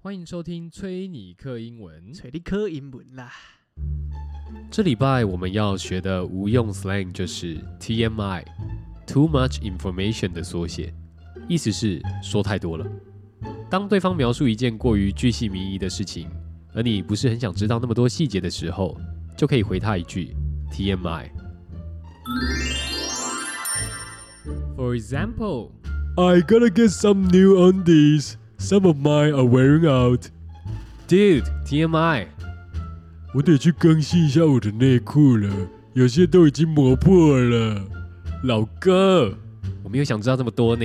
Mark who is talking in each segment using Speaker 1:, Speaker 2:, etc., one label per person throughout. Speaker 1: 欢迎收听崔尼克英文。
Speaker 2: 找你考英文啦。
Speaker 1: 这礼拜我们要学的无用 slang 就是 TMI，Too Much Information 的缩写，意思是说太多了。当对方描述一件过于巨细靡遗的事情，而你不是很想知道那么多细节的时候，就可以回他一句 TMI。For example,
Speaker 3: I gotta get some new undies. Some of mine are wearing out.
Speaker 1: dude, TMI。
Speaker 3: 我得去更新一下我的内裤了，有些都已经磨破了。老哥，
Speaker 1: 我没有想知道这么多呢。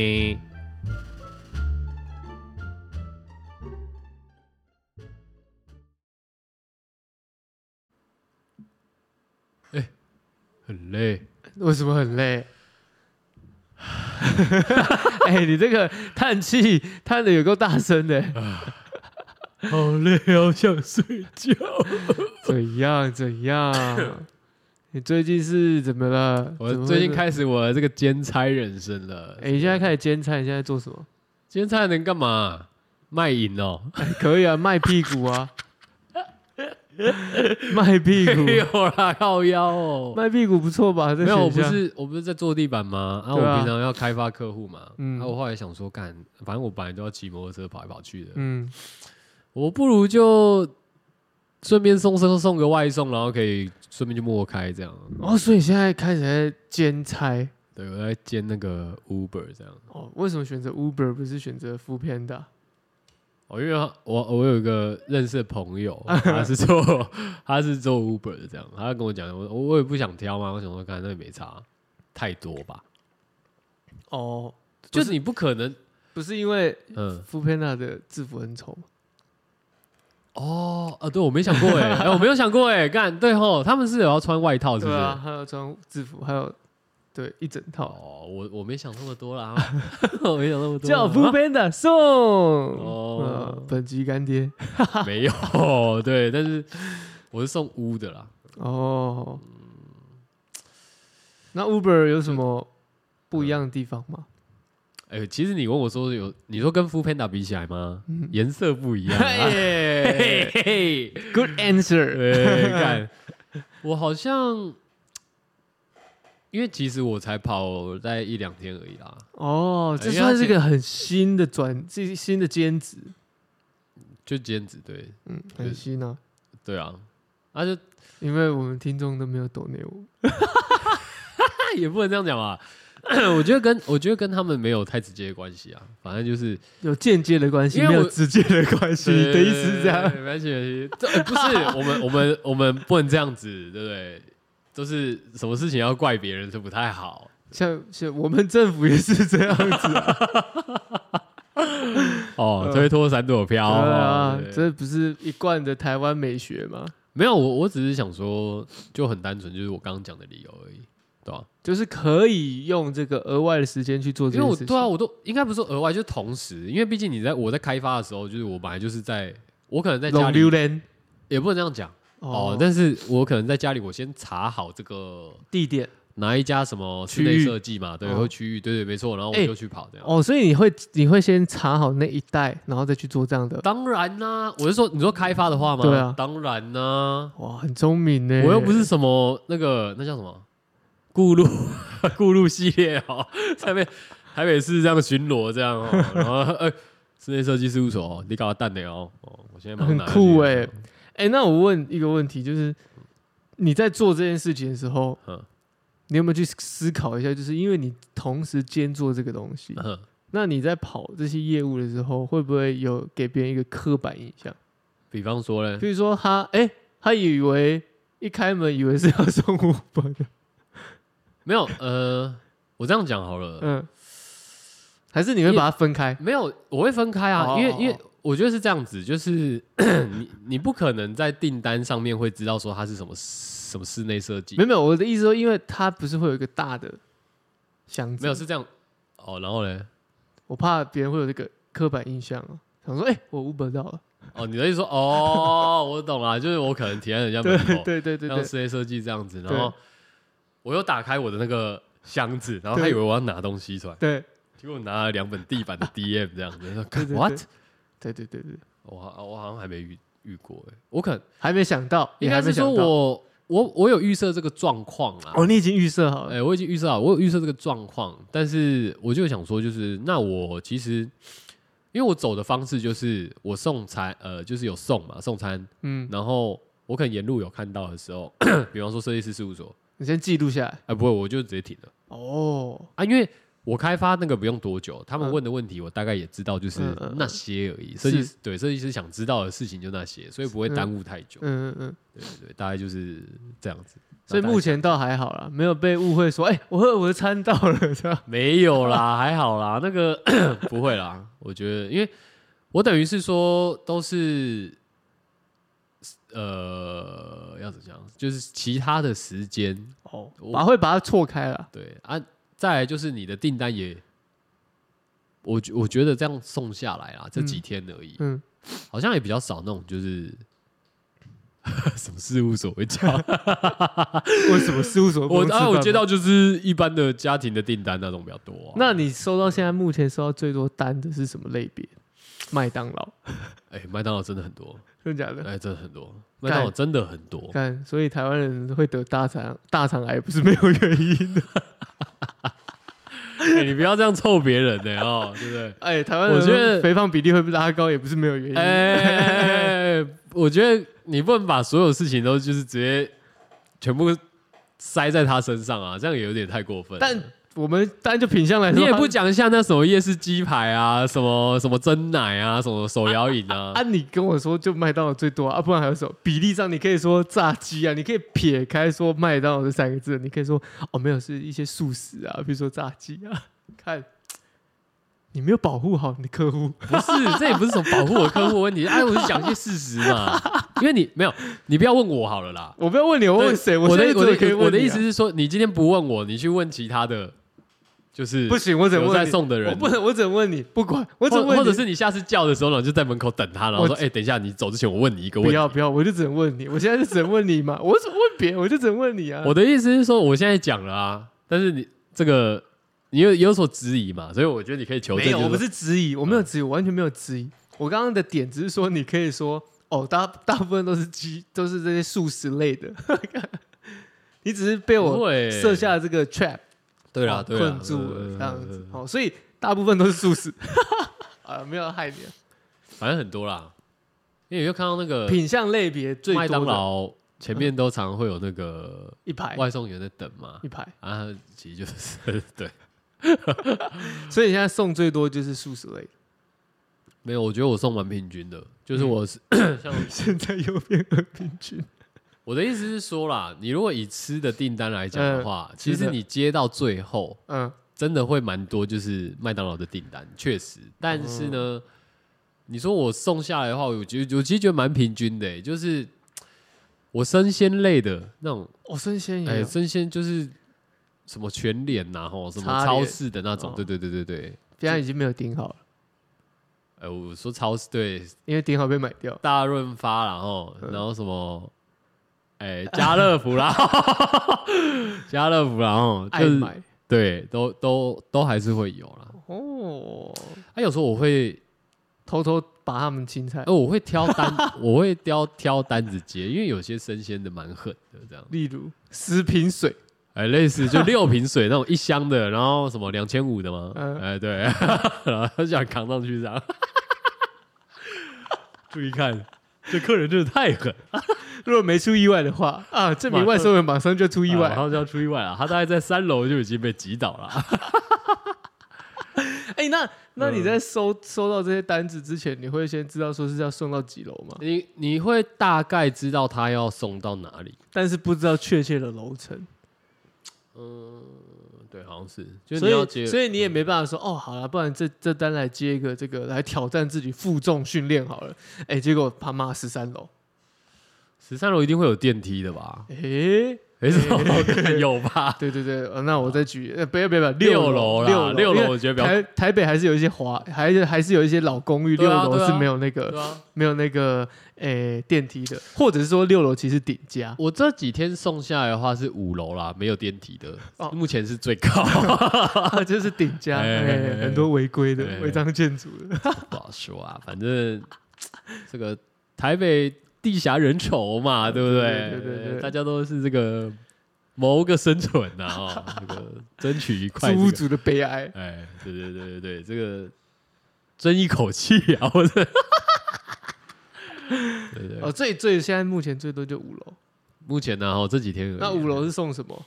Speaker 1: 哎
Speaker 3: 很累，
Speaker 2: 为什么很累？ 哎、你这个叹气叹的有够大声的，
Speaker 3: 好累，好想睡觉。
Speaker 2: 怎样怎样？你最近是怎么了？
Speaker 1: 我
Speaker 2: 怎么会
Speaker 1: 最近
Speaker 2: 是，
Speaker 1: 开始我这个兼差人生了。
Speaker 2: 哎、你现在开始兼差，你现在做什么？
Speaker 1: 兼差能干嘛？卖淫哦、
Speaker 2: 哎可以啊，卖屁股啊，卖屁 股，
Speaker 1: 没有哎啦，靠腰哦、
Speaker 2: 卖屁股不错吧？这
Speaker 1: 没有，我
Speaker 2: 选
Speaker 1: 不
Speaker 2: 项，
Speaker 1: 是我不是在做地板吗？啊啊，我
Speaker 2: 对啊
Speaker 1: 平常要开发客户嘛。嗯，
Speaker 2: 嗯
Speaker 1: 啊，我后来想说，干，反正我本来都要骑摩托车跑来跑去的，
Speaker 2: 嗯，
Speaker 1: 我不如就顺便送送送个外送，然后可以顺便就默开这样。
Speaker 2: 哦，所以现在开始在兼差
Speaker 1: 对，我在兼那个 Uber 这样。
Speaker 2: 哦。为什么选择 Uber 不是选择 f o o p a n d a
Speaker 1: 哦，因为他我我有一个认识的朋 友，他是做他是做 Uber 的，这样，他跟我讲，我我也不想挑嘛，我想说，看那也没差，太多吧，
Speaker 2: 哦，
Speaker 1: 就
Speaker 2: 不
Speaker 1: 是你不可能，
Speaker 2: 不是因为
Speaker 1: 嗯，
Speaker 2: f o o p a n d a 的制服很丑吗？
Speaker 1: 哦，啊，对我没想过哎、哎我没有想过哎、干，对吼，他们是有要穿外哦套是不
Speaker 2: 对
Speaker 1: 是？
Speaker 2: 啊，还有穿制服，还有对一整套。
Speaker 1: 哦，我我没想那么多 啦，我没想那么多啦，
Speaker 2: 叫 Blue Panda 送
Speaker 1: 哦
Speaker 2: 呃本集干 爹
Speaker 1: 没有，对，但是我是送屋的啦，
Speaker 2: 哦。那 Uber 有什么
Speaker 1: 嗯
Speaker 2: 不一样的地方吗？
Speaker 1: 哎、其实你问我说有，你说跟 f o o Panda 比起来吗？
Speaker 2: 嗯
Speaker 1: 颜色不一样、啊，嘿
Speaker 2: 嘿
Speaker 1: 嘿嘿。
Speaker 2: ，Good answer。
Speaker 1: 对，干，我好像，因为其实我才跑在一两天而已啦，
Speaker 2: 哦，
Speaker 1: 哎
Speaker 2: 这
Speaker 1: 因为
Speaker 2: 算是
Speaker 1: 它
Speaker 2: 个很新的转，这新的兼职，
Speaker 1: 就兼职，对，
Speaker 2: 嗯，很新啊。
Speaker 1: 对啊，啊就
Speaker 2: 因为我们听众都没有懂内我，
Speaker 1: 那 也不能这样讲吧， 我觉得跟我觉得跟他们没有太直接的关系啊，反正就是
Speaker 2: 有间接的关系，
Speaker 1: 因为
Speaker 2: 没有
Speaker 1: 我
Speaker 2: 直接的关系。你的意思是这样？
Speaker 1: 对没关系，没关系，这不是我们我们我们不能这样子，对不对？就是什么事情要怪别人是不太好，
Speaker 2: 像像我们政府也是 这样子啊。
Speaker 1: 哦，
Speaker 2: 呃
Speaker 1: 推脱闪躲飘
Speaker 2: 对啊
Speaker 1: 哦对，
Speaker 2: 这不是一贯的台湾美学吗？
Speaker 1: 没有，我我只是想说，就很单纯，就是我刚刚讲的理由而已，对吧、
Speaker 2: 就是可以用这个额外的时间去做这
Speaker 1: 因为
Speaker 2: 件
Speaker 1: 我
Speaker 2: 事情。
Speaker 1: 对啊，我都应该不是说额外，就是同时，因为毕竟你在我在开发的时候，就是我本来就是在，我可能在家
Speaker 2: 龙
Speaker 1: 里
Speaker 2: 榴莲
Speaker 1: 也不能这样讲哦，但是我可能在家里，我先查好这个
Speaker 2: 地点
Speaker 1: 哪一家什么室
Speaker 2: 区
Speaker 1: 内
Speaker 2: 域
Speaker 1: 设计嘛，对，
Speaker 2: 哦
Speaker 1: 或区域，对对，没错，然后我
Speaker 2: 哎
Speaker 1: 就去跑这样。
Speaker 2: 哦，所以你会你会先查好那一带，然后再去做这样的。
Speaker 1: 当然啦、我是说，你说开发的话吗？
Speaker 2: 对啊哎
Speaker 1: 当然啦、
Speaker 2: 哇，很聪明呢！
Speaker 1: 我又不是什么那个那叫什么顾路 顾路系列哦，台北台北市这样巡逻这样哦，然后呃室内设计事务所哦，你搞到蛋的哦，哦，我现在忙
Speaker 2: 很
Speaker 1: 拿这
Speaker 2: 酷
Speaker 1: 个
Speaker 2: 哎哎，那我问一个问题，就是你在做这件事情的时候
Speaker 1: 嗯，
Speaker 2: 你有没有去思考一下？就是因为你同时兼做这个东西，
Speaker 1: 嗯
Speaker 2: 那你在跑这些业务的时候，会不会有给别人一个刻板印象？
Speaker 1: 比方说嘞，
Speaker 2: 比如说他，哎、他以为一开门以为是要送五本的，
Speaker 1: 没有呃，我这样讲好了，
Speaker 2: 嗯，还是你会把它分开？
Speaker 1: 没有，我会分开啊，
Speaker 2: 哦
Speaker 1: 因为
Speaker 2: 哦哦
Speaker 1: 因为我觉得是这样子，就是 你你不可能在订单上面会知道说它是什么什么室内设计
Speaker 2: 没，有没有，我的意思说，因为它不是会有一个大的箱子，
Speaker 1: 没有是这样哦，然后嘞。
Speaker 2: 我怕别人会有这个刻板印象啊，想说，哎、我五本到了，
Speaker 1: 哦，你的意 思说，哦，我懂了，就是我可能停在人家门
Speaker 2: 对
Speaker 1: 口，
Speaker 2: 对对对
Speaker 1: 像
Speaker 2: 对，
Speaker 1: 室内设计这样子，然
Speaker 2: 对
Speaker 1: 后我又打开我的那个箱子，然后他
Speaker 2: 对
Speaker 1: 以为我要拿东西出来，
Speaker 2: 对
Speaker 1: 结果拿了两本地板的 DM 这样子，他说
Speaker 2: 对对
Speaker 1: What？
Speaker 2: 对对对对，
Speaker 1: 我好我好像还没遇遇过哎、我可能
Speaker 2: 还没想到，
Speaker 1: 应
Speaker 2: 也
Speaker 1: 该
Speaker 2: 还
Speaker 1: 是
Speaker 2: 没
Speaker 1: 说
Speaker 2: 想到。
Speaker 1: 我我我有预设这个状况啊啦。
Speaker 2: 哦，你已经预设好
Speaker 1: 哎、
Speaker 2: 了，
Speaker 1: 我已经预设好，我有预设这个状况，但是我就想说，就是那我其实，因为我走的方式就是我送餐，呃，就是有送嘛，送餐，
Speaker 2: 嗯，
Speaker 1: 然后我可能沿路有看到的时候， 比方说设计师事务所，
Speaker 2: 你先记录下来。
Speaker 1: 哎、不会，我就直接停了
Speaker 2: 哦，
Speaker 1: 啊，因为我开发那个不用多久，他们
Speaker 2: 嗯
Speaker 1: 问的问题我大概也知道，就是
Speaker 2: 嗯嗯嗯
Speaker 1: 那些而已。设计
Speaker 2: 是
Speaker 1: 师对设计师想知道的事情就那些，所以不会
Speaker 2: 嗯
Speaker 1: 耽误太久。
Speaker 2: 嗯嗯嗯，
Speaker 1: 对对对，大概就是这样子。
Speaker 2: 所
Speaker 1: 那
Speaker 2: 以
Speaker 1: 大概
Speaker 2: 目前倒还好啦，没有被误会说，哎、我喝我的餐到了这样。
Speaker 1: 没有 啦，还好啦，那个 不会啦。我觉得，因为我等于是说都是，呃，要怎么讲？就是其他的时间，
Speaker 2: 哦
Speaker 1: 我，
Speaker 2: 把会把它错开了。
Speaker 1: 对啊。再来就是你的订单也，我觉我觉得这样送下来啦，这
Speaker 2: 嗯
Speaker 1: 几天而已，
Speaker 2: 嗯，
Speaker 1: 好像也比较少那种就是 什么事务所会叫
Speaker 2: 为什么事务所不
Speaker 1: 我，
Speaker 2: 能吃
Speaker 1: 当然我
Speaker 2: 饭
Speaker 1: 接
Speaker 2: 吗。
Speaker 1: 到就是一般的家庭的订单那种比较多、啊。
Speaker 2: 那你收到现在目前收到最多单的是什么类别？麦当 劳，
Speaker 1: 哎、麦当劳真的很多。
Speaker 2: 真的假的？
Speaker 1: 哎，真的很多，麦当劳真的很多。
Speaker 2: 看，所以台湾人会得大肠大肠癌不是没有原 因的。
Speaker 1: 哎你不要这样臭别人呢、哦，对不对？
Speaker 2: 哎、台湾
Speaker 1: 我
Speaker 2: 人
Speaker 1: 觉得
Speaker 2: 肥胖比例会拉高也不是没有原因。
Speaker 1: 哎、我觉得你不能把所有事情都就是直接全部塞在他身上啊，这样也有点太过分了。
Speaker 2: 但我们单就品相来说，
Speaker 1: 你也不
Speaker 2: 他
Speaker 1: 讲一下那什么夜市鸡排啊，什么什么蒸奶啊，什么手摇饮啊，
Speaker 2: 啊，你跟我说就麦当劳最多啊，啊不然还有什么比例上？你可以说炸鸡啊，你可以撇开说麦当劳这三个字，你可以说哦，没有是一些素食啊，比如说炸鸡啊。看，你没有保护好你的客户，
Speaker 1: 不是，这也不是什么保护我客户的问题。哎，我是讲一些事实嘛，因为你没有，你不要问我好了啦。
Speaker 2: 我不要问你，我问谁？
Speaker 1: 我
Speaker 2: 现
Speaker 1: 的
Speaker 2: 在
Speaker 1: 我
Speaker 2: 真可以
Speaker 1: 的
Speaker 2: 问你啊
Speaker 1: 我的意思是说，你今天不问我，你去问其他的，就是
Speaker 2: 不行，我只能
Speaker 1: 有
Speaker 2: 问
Speaker 1: 在
Speaker 2: 你
Speaker 1: 送的人，
Speaker 2: 我不能，我只能问你，不管，我只能
Speaker 1: 或
Speaker 2: 问你，
Speaker 1: 或者是你下次叫的时候呢，你就在门口等他，然后说：“
Speaker 2: 我
Speaker 1: 哎、等一下，你走之前我问你一个问
Speaker 2: 不
Speaker 1: 题。
Speaker 2: 要不要，我就只能问你，我现在就只能问你嘛，我怎么问别人，我就只能问你啊。”
Speaker 1: 我的意思是说，我现在讲了啊，但是你这个你有有所质疑嘛，所以我觉得你可以求证。
Speaker 2: 没有，
Speaker 1: 就嗯
Speaker 2: 我不
Speaker 1: 说
Speaker 2: 是质疑，我没有质疑，我完全没有质疑。我刚刚的点只是说，你可以说哦，大大部分都是鸡，都是这些素食类的。 你只是被
Speaker 1: 不
Speaker 2: 我
Speaker 1: 会
Speaker 2: 设下这个 trap，
Speaker 1: 对啦，
Speaker 2: 哦
Speaker 1: 对啦
Speaker 2: 困住了
Speaker 1: 呃
Speaker 2: 这样子。哦，所以大部分都是素食。 啊，没有要害你啊。
Speaker 1: 反正很多啦，因为你就看到那个
Speaker 2: 品相类别最
Speaker 1: 呃麦当
Speaker 2: 多的嗯
Speaker 1: 劳前面都常会有那个
Speaker 2: 一排
Speaker 1: 外送员在等嘛，
Speaker 2: 一排，
Speaker 1: 啊，其实就是 对，
Speaker 2: 所以你现在送最多就是素食类的。
Speaker 1: 没有，我觉得我送蛮平均的，
Speaker 2: 嗯
Speaker 1: 就是我是、像
Speaker 2: 现在又变和平均，
Speaker 1: 我的意思是说啦，你如果以吃的订单来讲的话，
Speaker 2: 嗯
Speaker 1: 其
Speaker 2: 是
Speaker 1: 实
Speaker 2: 的
Speaker 1: 你接到最后
Speaker 2: 嗯，
Speaker 1: 真的会蛮多，就是麦当劳的订单，确实。但是呢，
Speaker 2: 哦
Speaker 1: 你说我送下来的话，我觉得我其实觉得蛮平均的、欸就是我生鲜类的那种，
Speaker 2: 哦，生鲜
Speaker 1: 哎、
Speaker 2: 也有，
Speaker 1: 生鲜就是什么全脸呐、吼，什么
Speaker 2: 叉
Speaker 1: 超
Speaker 2: 联
Speaker 1: 市的那种，
Speaker 2: 哦
Speaker 1: 对对对对对。
Speaker 2: 现在已经没有订好了，
Speaker 1: 哎、我说超市对
Speaker 2: 因为订好被买掉。
Speaker 1: 大润发啦，然后
Speaker 2: 嗯
Speaker 1: 然后什么，哎、家乐福啦， 家乐福啦，吼，
Speaker 2: 爱
Speaker 1: 就是
Speaker 2: 买
Speaker 1: 对，都都都还是会有啦。
Speaker 2: 哦，
Speaker 1: 啊，有时候我会，
Speaker 2: 偷偷拔他们青菜
Speaker 1: 呃，，我会挑 单，我会挑挑单子接，因为有些生鲜的蛮狠的，这样，
Speaker 2: 例如十瓶水，
Speaker 1: 哎，类似就六瓶水那种一箱的，然后什么两千五的嘛，
Speaker 2: 嗯
Speaker 1: 哎，对， 然后想扛上去这样， 注意看，这客人真的太狠，
Speaker 2: 如果没出意外的话啊，证明外送员马上就出意
Speaker 1: 啊
Speaker 2: 外
Speaker 1: 然。后就要出意外了，他大概在三楼就已经被挤倒了。
Speaker 2: 哎，那那
Speaker 1: 嗯
Speaker 2: 你在收收到这些单子之前，你会先知道说是要送到几楼吗？
Speaker 1: 你你会大概知道他要送到哪里？
Speaker 2: 但是不知道确切的楼层，
Speaker 1: 对，好像是，就是
Speaker 2: 所
Speaker 1: 你要
Speaker 2: 以
Speaker 1: 接，
Speaker 2: 所以你也没办法说哦，好了，不然这这单来接一个这个来挑战自己负重训练好了。哎，结果他妈十三楼，
Speaker 1: 十三楼一定会有电梯的 吧？
Speaker 2: 哎，
Speaker 1: 没什么， 有吧？
Speaker 2: 对对对，呃那我再举，呃，不要不要不要，
Speaker 1: 六楼
Speaker 2: 楼
Speaker 1: 啦六
Speaker 2: 六
Speaker 1: 楼
Speaker 2: 因为
Speaker 1: 我觉得比较
Speaker 2: 台台北还是有一些华，还是还是有一些老公寓，
Speaker 1: 对
Speaker 2: 六
Speaker 1: 啊
Speaker 2: 楼
Speaker 1: 对啊
Speaker 2: 是没有那个、
Speaker 1: 对啊，
Speaker 2: 没有那个诶、电梯的，或者是说六楼其实顶加，
Speaker 1: 我这几天送下来的话是五楼啦，没有电梯的，
Speaker 2: 哦
Speaker 1: 目前是最高，
Speaker 2: 啊， 就是顶加，
Speaker 1: 哎
Speaker 2: 哎、
Speaker 1: 哎哎
Speaker 2: 很多违规的
Speaker 1: 哎
Speaker 2: 违章建筑的，
Speaker 1: 不好说啊。反正这个台北地狭人稠嘛，对不啊对？
Speaker 2: 对对对对
Speaker 1: 大家都是这个谋个生存呐、哦，这个争取一块、这
Speaker 2: 租屋
Speaker 1: 个
Speaker 2: 族的悲哀。
Speaker 1: 哎，对对对对对，这个争一口气啊，我这，对对，
Speaker 2: 哦，最最现在目前最多就五楼，
Speaker 1: 目前呢、哦，这几天而已
Speaker 2: 那五楼是送什么？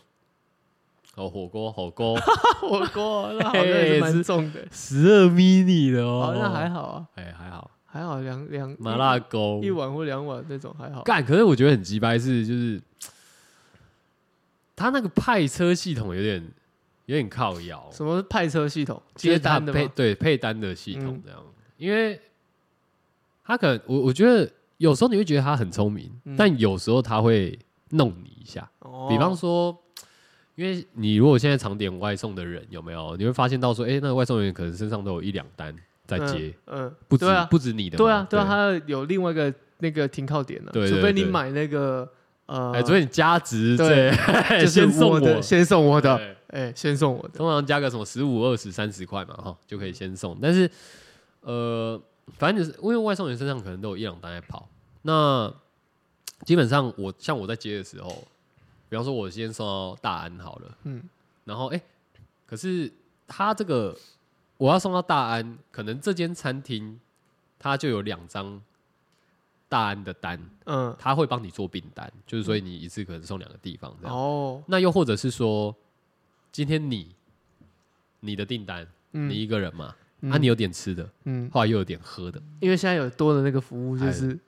Speaker 1: 哦，火锅火锅
Speaker 2: 火锅， 那好像也是蛮重的。
Speaker 1: 十二 mini 的哎哦
Speaker 2: 哦，，那还好啊，
Speaker 1: 哎还好，
Speaker 2: 还好两两
Speaker 1: 麻辣锅
Speaker 2: 一碗或两碗那种还好。
Speaker 1: 干，可是我觉得很鸡掰是就是，他那个派车系统有点有点靠摇，
Speaker 2: 什么派车系统
Speaker 1: 就
Speaker 2: 接
Speaker 1: 是它
Speaker 2: 单的
Speaker 1: 配
Speaker 2: 吗？
Speaker 1: 对配单的系统
Speaker 2: 嗯
Speaker 1: 这样，因为他可能我我觉得有时候你会觉得他很聪明，
Speaker 2: 嗯
Speaker 1: 但有时候他会弄你一下，
Speaker 2: 哦
Speaker 1: 比方说。因为你如果现在常点外送的人有没有，你会发现到说，哎、那个外送人员可能身上都有一两单在接，，
Speaker 2: 嗯，嗯
Speaker 1: 不止、
Speaker 2: 对啊，
Speaker 1: 不止你的嘛，
Speaker 2: 对啊，对啊，它有另外一个那个停靠点呢，啊
Speaker 1: 对对
Speaker 2: 除非你
Speaker 1: 对
Speaker 2: 买那个呃，
Speaker 1: 哎，所以你加值
Speaker 2: 对
Speaker 1: 这
Speaker 2: 就是
Speaker 1: 先送
Speaker 2: 我的，先送我的，
Speaker 1: 对
Speaker 2: 哎，先送我的，
Speaker 1: 通常加个什么十五、二十、三十块嘛，哈，就可以先送。但是，呃，反正就是因为外送员身上可能都有一两单在跑。那基本上我像我在接的时候，比方说我先送到大安好了，嗯
Speaker 2: 嗯，
Speaker 1: 然后哎、可是他这个我要送到大安，可能这间餐厅它就有两张大安的单，
Speaker 2: 嗯，
Speaker 1: 他会帮你做订单，就是所以你一次可能送两个地方这样。
Speaker 2: 哦，
Speaker 1: 那又或者是说，今天你你的订单，
Speaker 2: 嗯
Speaker 1: 你一个人嘛，
Speaker 2: 嗯
Speaker 1: 啊，你有点吃的，
Speaker 2: 嗯，
Speaker 1: 后来又有点喝的，
Speaker 2: 因为现在有多的那个服务，就
Speaker 1: 哎
Speaker 2: 是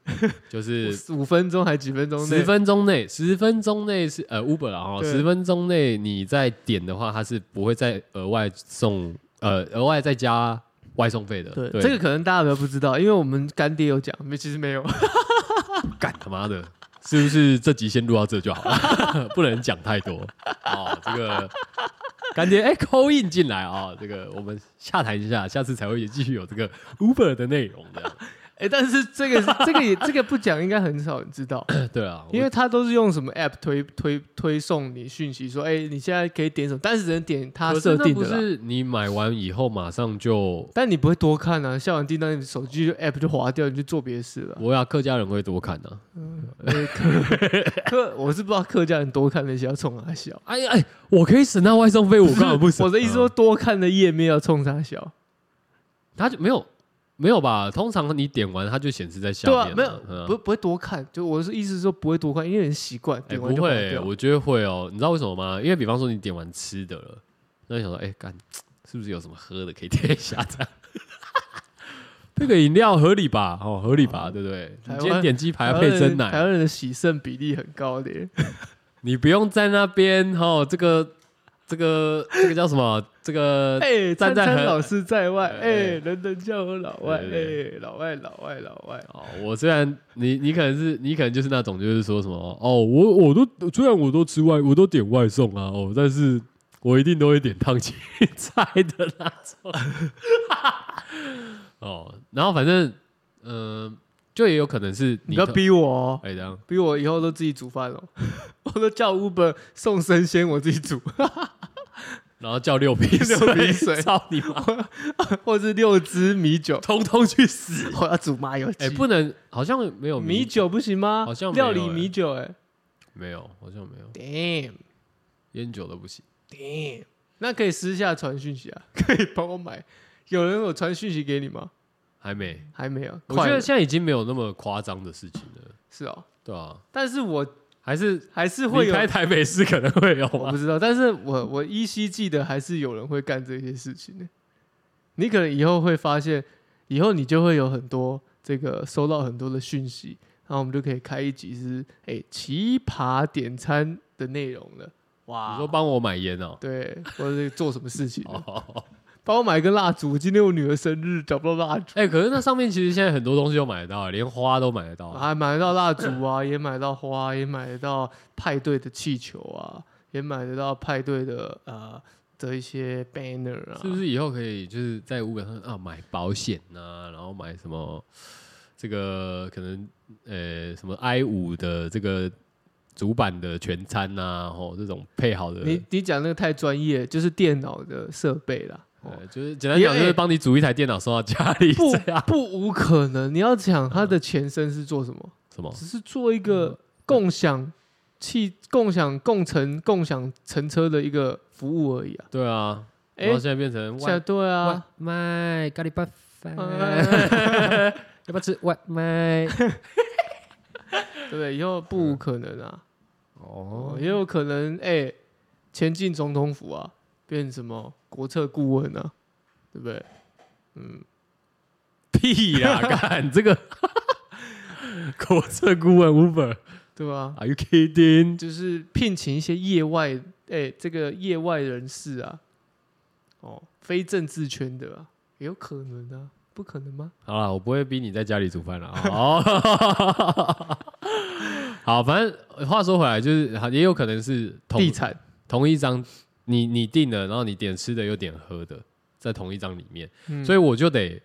Speaker 1: 就是
Speaker 2: 五分钟还几分钟内
Speaker 1: 哎十分钟内，十分钟内是呃 Uber 了哈，
Speaker 2: 对
Speaker 1: 十分钟内你再点的话，它是不会再额外送呃额外再加外送费的。
Speaker 2: 对，
Speaker 1: 对，
Speaker 2: 这个可能大家都不知道，因为我们干爹有讲，没其实没有。
Speaker 1: 干他妈的，是不是这集先录到这就好了？ 不能讲太多哦。这个干爹哎，扣印进来啊、这个我们洽谈一下，下次才会继续有这个 Uber 的内容的。
Speaker 2: 哎、但是这个这个也这个不讲，应该很少人 知道，
Speaker 1: 对啊，
Speaker 2: 因为他都是用什么 app 推推推送你讯息说，哎、你现在可以点什么，但是只能点他
Speaker 1: 可是
Speaker 2: 设
Speaker 1: 啊
Speaker 2: 定
Speaker 1: 那不
Speaker 2: 的啦。
Speaker 1: 是你买完以后马上就，
Speaker 2: 但你不会多看啊，下完订单，你手机就 app 就划掉，你就做别的事了。
Speaker 1: 我要客家人会多看呐、啊。
Speaker 2: 客我是不知道客家人多看那些要冲啥小，
Speaker 1: 哎哎，我可以省那外送费， 我干嘛不省？嗯
Speaker 2: 我的意思说，多看的页面要冲啥小。
Speaker 1: 他就没有没有吧？通常你点完，它就显示在下
Speaker 2: 对
Speaker 1: 面
Speaker 2: 啊
Speaker 1: 了、，
Speaker 2: 没有
Speaker 1: 嗯啊
Speaker 2: 不不会多看，就我是意思是说不会多看，因为很习惯，
Speaker 1: 哎、
Speaker 2: 点完
Speaker 1: 不
Speaker 2: 就划
Speaker 1: 会，
Speaker 2: 掉。
Speaker 1: 我觉得会哦。你知道为什么吗？因为比方说你点完吃的了，那你想说，哎、干，是不是有什么喝的可以点一下？这样，这个饮料合理吧？哦，合理吧？对不对？你
Speaker 2: 台湾
Speaker 1: 今天点鸡排
Speaker 2: 台湾
Speaker 1: 配
Speaker 2: 人
Speaker 1: 真
Speaker 2: 台
Speaker 1: 奶，
Speaker 2: 湾人的喜胜比例很高的耶。
Speaker 1: 你不用在那边哦，这个这个这个叫什么？这个
Speaker 2: 哎，
Speaker 1: 站在
Speaker 2: 站在
Speaker 1: 很
Speaker 2: 老师在外，
Speaker 1: 哎
Speaker 2: 哎、人人叫我老外，
Speaker 1: 对
Speaker 2: 哎、
Speaker 1: 对
Speaker 2: 老外，老外，老外。
Speaker 1: 哦，我虽然你你可能是你可能就是那种就是说什么哦，我我都虽然我都吃外我都点外送啊哦，但是我一定都会点烫青 菜的那种。 哦，然后反正嗯、呃就也有可能是你
Speaker 2: 你不要
Speaker 1: 特
Speaker 2: 逼我哦，
Speaker 1: 哎这样，
Speaker 2: 逼我以后都自己煮饭哦， 我都叫 Uber 送生鲜，我自己煮，
Speaker 1: 然后叫六瓶
Speaker 2: 六瓶水
Speaker 1: 操你妈，
Speaker 2: 或是六支米酒，
Speaker 1: 通通去死！
Speaker 2: 我要煮麻油鸡。
Speaker 1: 哎，不能，好像没有
Speaker 2: 米酒不行吗？
Speaker 1: 好像没有
Speaker 2: 料理
Speaker 1: 哎
Speaker 2: 米酒、
Speaker 1: 没有，好像没有，
Speaker 2: 哎
Speaker 1: 烟酒都不行。
Speaker 2: ，damn damn，那可以私下传讯息啊， 可以帮我买。有人有传讯息给你吗？
Speaker 1: 还没，
Speaker 2: 还没有，
Speaker 1: 我觉
Speaker 2: 快
Speaker 1: 得
Speaker 2: 了
Speaker 1: 现在已经没有那么夸张的事情了，
Speaker 2: 是哦，
Speaker 1: 对啊，
Speaker 2: 但是我
Speaker 1: 还是
Speaker 2: 还是会有
Speaker 1: 离开台北市可能会有
Speaker 2: 我
Speaker 1: 吧
Speaker 2: 不。知道，但是我我依稀记得还是有人会干这些事情的。你可能以后会发现，以后你就会有很多这个收到很多的讯息，然后我们就可以开一集是哎、奇葩点餐的内容了。哇
Speaker 1: 你说帮我买烟 哦、
Speaker 2: 对，或者是做什么事情的，
Speaker 1: 哦，
Speaker 2: 帮我买一根蜡烛。今天我女儿生日，找不到蜡烛，
Speaker 1: 哎、可是那上面其实现在很多东西都买得到，啊连花都买得到。
Speaker 2: 啊还买得到蜡烛啊，也买得到花，也买得到派对的气球啊，也买得到派对的呃的一些 banner 啊，
Speaker 1: 是不是以后可以就是在五本上啊买保险呐、然后买什么这个可能呃什么 i 五的这个主板的全餐呐、啊，吼这种配好的
Speaker 2: 你你讲那个太专业，就是电脑的设备啦。哦哎
Speaker 1: 呃就是简单讲，就是帮你组一台电脑送到家里
Speaker 2: 不
Speaker 1: 这样。
Speaker 2: 不无可能。你要讲它的前身是做什么？
Speaker 1: 什 么？
Speaker 2: 只是做一
Speaker 1: 嗯
Speaker 2: 个共享汽、共享共乘、共享乘车的一个服务而已啊。
Speaker 1: 对啊，
Speaker 2: 哎
Speaker 1: 然后现在变成
Speaker 2: 现在
Speaker 1: 外
Speaker 2: 对
Speaker 1: 外
Speaker 2: 啊，
Speaker 1: 卖咖喱拌饭，
Speaker 2: 哎
Speaker 1: 要不要吃外卖？
Speaker 2: 对不对？以后不无可能啊，
Speaker 1: 哦
Speaker 2: 哦，，也有可能哎、前进总统府啊，变什么国策顾问啊，对不对？
Speaker 1: 屁 啦！干这个国策顾问 Uber，Are
Speaker 2: 对吧、
Speaker 1: you kidding？
Speaker 2: 就是聘请一些业外哎、这个业外人士啊，哦，非政治圈的啊，也有可能啊，不可能吗？
Speaker 1: 好啦，我不会逼你在家里煮饭 了。哦，好，反正话说回来，就是好也有可能是同
Speaker 2: 地产
Speaker 1: 同一张，你你订了，然后你点吃的又点喝的，在同一张里面，
Speaker 2: 嗯
Speaker 1: 所以我就得。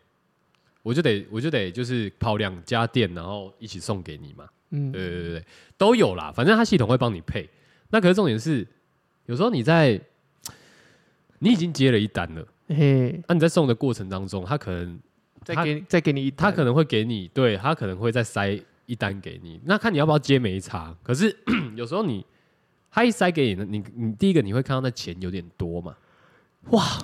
Speaker 1: 我就得，我就得就是跑两家店，然后一起送给你嘛。
Speaker 2: 嗯，
Speaker 1: 对对对对，都有啦，反正它系统会帮你配。那可是重点是，有时候你在你已经接了一单了，
Speaker 2: 嘿，
Speaker 1: 那、你在送的过程当中，他可能
Speaker 2: 再
Speaker 1: 他
Speaker 2: 给你再给你一
Speaker 1: 他
Speaker 2: 单，
Speaker 1: 可能会给你，对他可能会再塞一单给你，那看你要不要接没差。可是 有时候你他一塞给你，你你第一个你会看到那钱有点多嘛，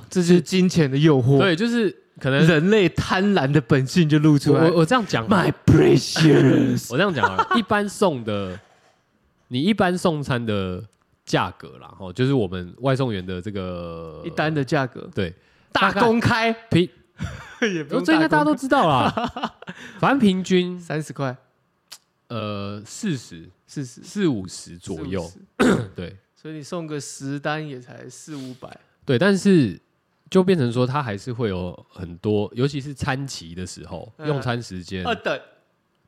Speaker 2: 这就是金钱的诱惑，
Speaker 1: 对，就是可能
Speaker 2: 人类贪婪的本性就露出
Speaker 1: 我
Speaker 2: 来
Speaker 1: 我。我这样讲好了，
Speaker 2: My precious，
Speaker 1: 我这样讲啊，一般送的，你一般送餐的价格啦，哦，就是我们外送员的这个
Speaker 2: 一单的价格
Speaker 1: 对，
Speaker 2: 大
Speaker 1: 呃概
Speaker 2: 公 开，哦
Speaker 1: 平，
Speaker 2: 也
Speaker 1: 呃
Speaker 2: 不用
Speaker 1: 这应该大家都
Speaker 2: 公开
Speaker 1: 知道啦。 反正平均
Speaker 2: 三十块
Speaker 1: 呃四十
Speaker 2: 四十
Speaker 1: 四五十左右，
Speaker 2: 40
Speaker 1: 对
Speaker 2: 所以你送个十单也才四五百，
Speaker 1: 对，但是就变成说它还是会有很多，尤其是餐期的时候，
Speaker 2: 嗯
Speaker 1: 用餐时间
Speaker 2: 二，等。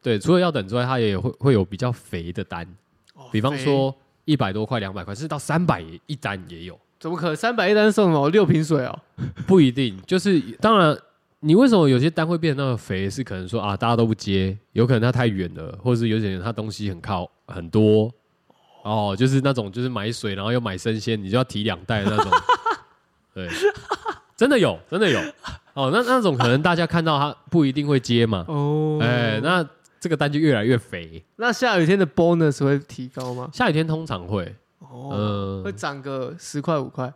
Speaker 1: 对，除了要等之外，它也会会有比较肥的单，
Speaker 2: 哦
Speaker 1: 比方
Speaker 2: 肥
Speaker 1: 说一百多块、两百块，甚至到三百一单也有。
Speaker 2: 怎么可能三百一单送什么六瓶水哦？
Speaker 1: 不一定，就是当然，你为什么有些单会变得那么肥？是可能说啊，大家都不接，有可能它太远了，或者是有些人他东西很靠很多，哦，就是那种就是买水，然后又买生鲜，你就要提两袋的那 种，对，真的有，真的有，哦，那那种可能大家看到他不一定会接嘛，
Speaker 2: 哦
Speaker 1: 哎、那这个单就越来越肥。
Speaker 2: 那下雨天的 bonus 会提高吗？
Speaker 1: 下雨天通常会，
Speaker 2: 哦，
Speaker 1: 嗯、
Speaker 2: 会涨个十块五块。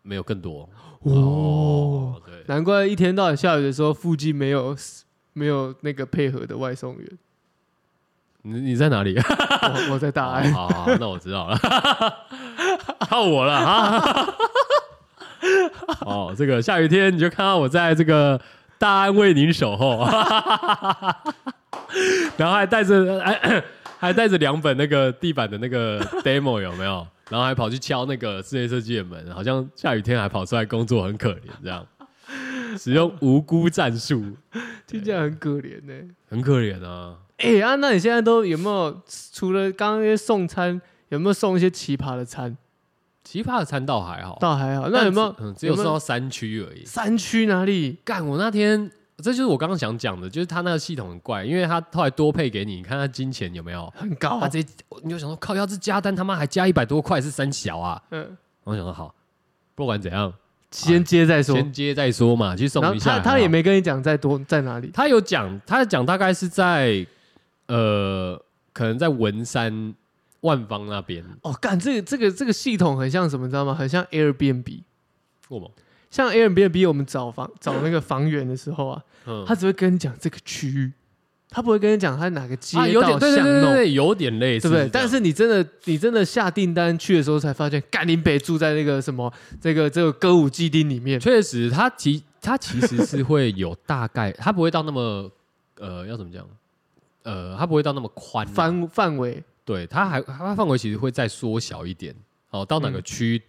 Speaker 1: 没有更多
Speaker 2: 哦，，
Speaker 1: 对，
Speaker 2: 难怪一天到晚下雨的时候，附近没有没有那个配合的外送员。
Speaker 1: 你你在哪里？
Speaker 2: 我我在大爱，
Speaker 1: 好好好，哦那我知道了， 靠我了啊！哦，这个下雨天你就看到我在这个大安为您守候， 然后还带着还还带着两本那个地板的那个 demo 有没有？然后还跑去敲那个室内设计的门，好像下雨天还跑出来工作，很可怜这样。使用无辜战术，
Speaker 2: 听起来很可怜呢。
Speaker 1: 很可怜啊！
Speaker 2: 哎啊，那你现在都有没有除了刚刚那些送餐，有没有送一些奇葩的餐？
Speaker 1: 奇葩的餐倒还好，
Speaker 2: 倒还好。那有没有
Speaker 1: 哦但只嗯，只有
Speaker 2: 没
Speaker 1: 送
Speaker 2: 有
Speaker 1: 到山区而已。
Speaker 2: 山区哪里？
Speaker 1: 干，我那天这就是我刚刚想讲的，就是他那个系统很怪，因为他后来多配给你，你看他金钱有没有？
Speaker 2: 很高啊
Speaker 1: 他。直接你就想说靠，要是加单他妈还加一百多块是三小啊！
Speaker 2: 嗯，
Speaker 1: 我想说好，不管怎样
Speaker 2: 先接再说。
Speaker 1: 先接再说嘛，去送
Speaker 2: 然后
Speaker 1: 一下
Speaker 2: 他
Speaker 1: 还好。
Speaker 2: 他也没跟你讲在多在哪里。
Speaker 1: 他有讲，他讲大概是在呃，可能在文山万方那边，
Speaker 2: 哦，干这个这个这个系统很像什么，你知道吗？很像 Airbnb。
Speaker 1: 我吗？
Speaker 2: 像 Airbnb，我们找房找那个房源的时候啊，
Speaker 1: 嗯
Speaker 2: 他，只会跟你讲这个区域，他不会跟你讲他哪个街
Speaker 1: 啊有点
Speaker 2: 道
Speaker 1: 对对
Speaker 2: 巷
Speaker 1: 对对
Speaker 2: 弄，
Speaker 1: 对，有点类似这
Speaker 2: 对不对
Speaker 1: 样，？
Speaker 2: 但是你真的你真的下订单去的时候，才发现甘林北住在那个什么这个这个歌舞伎町里面。
Speaker 1: 确实，它其它其实是会有大概，它不会到那么呃，要怎么讲？呃，它不会到那么宽啊、
Speaker 2: 范范围
Speaker 1: 对，它还它范围其实会再缩小一点。哦，到哪个区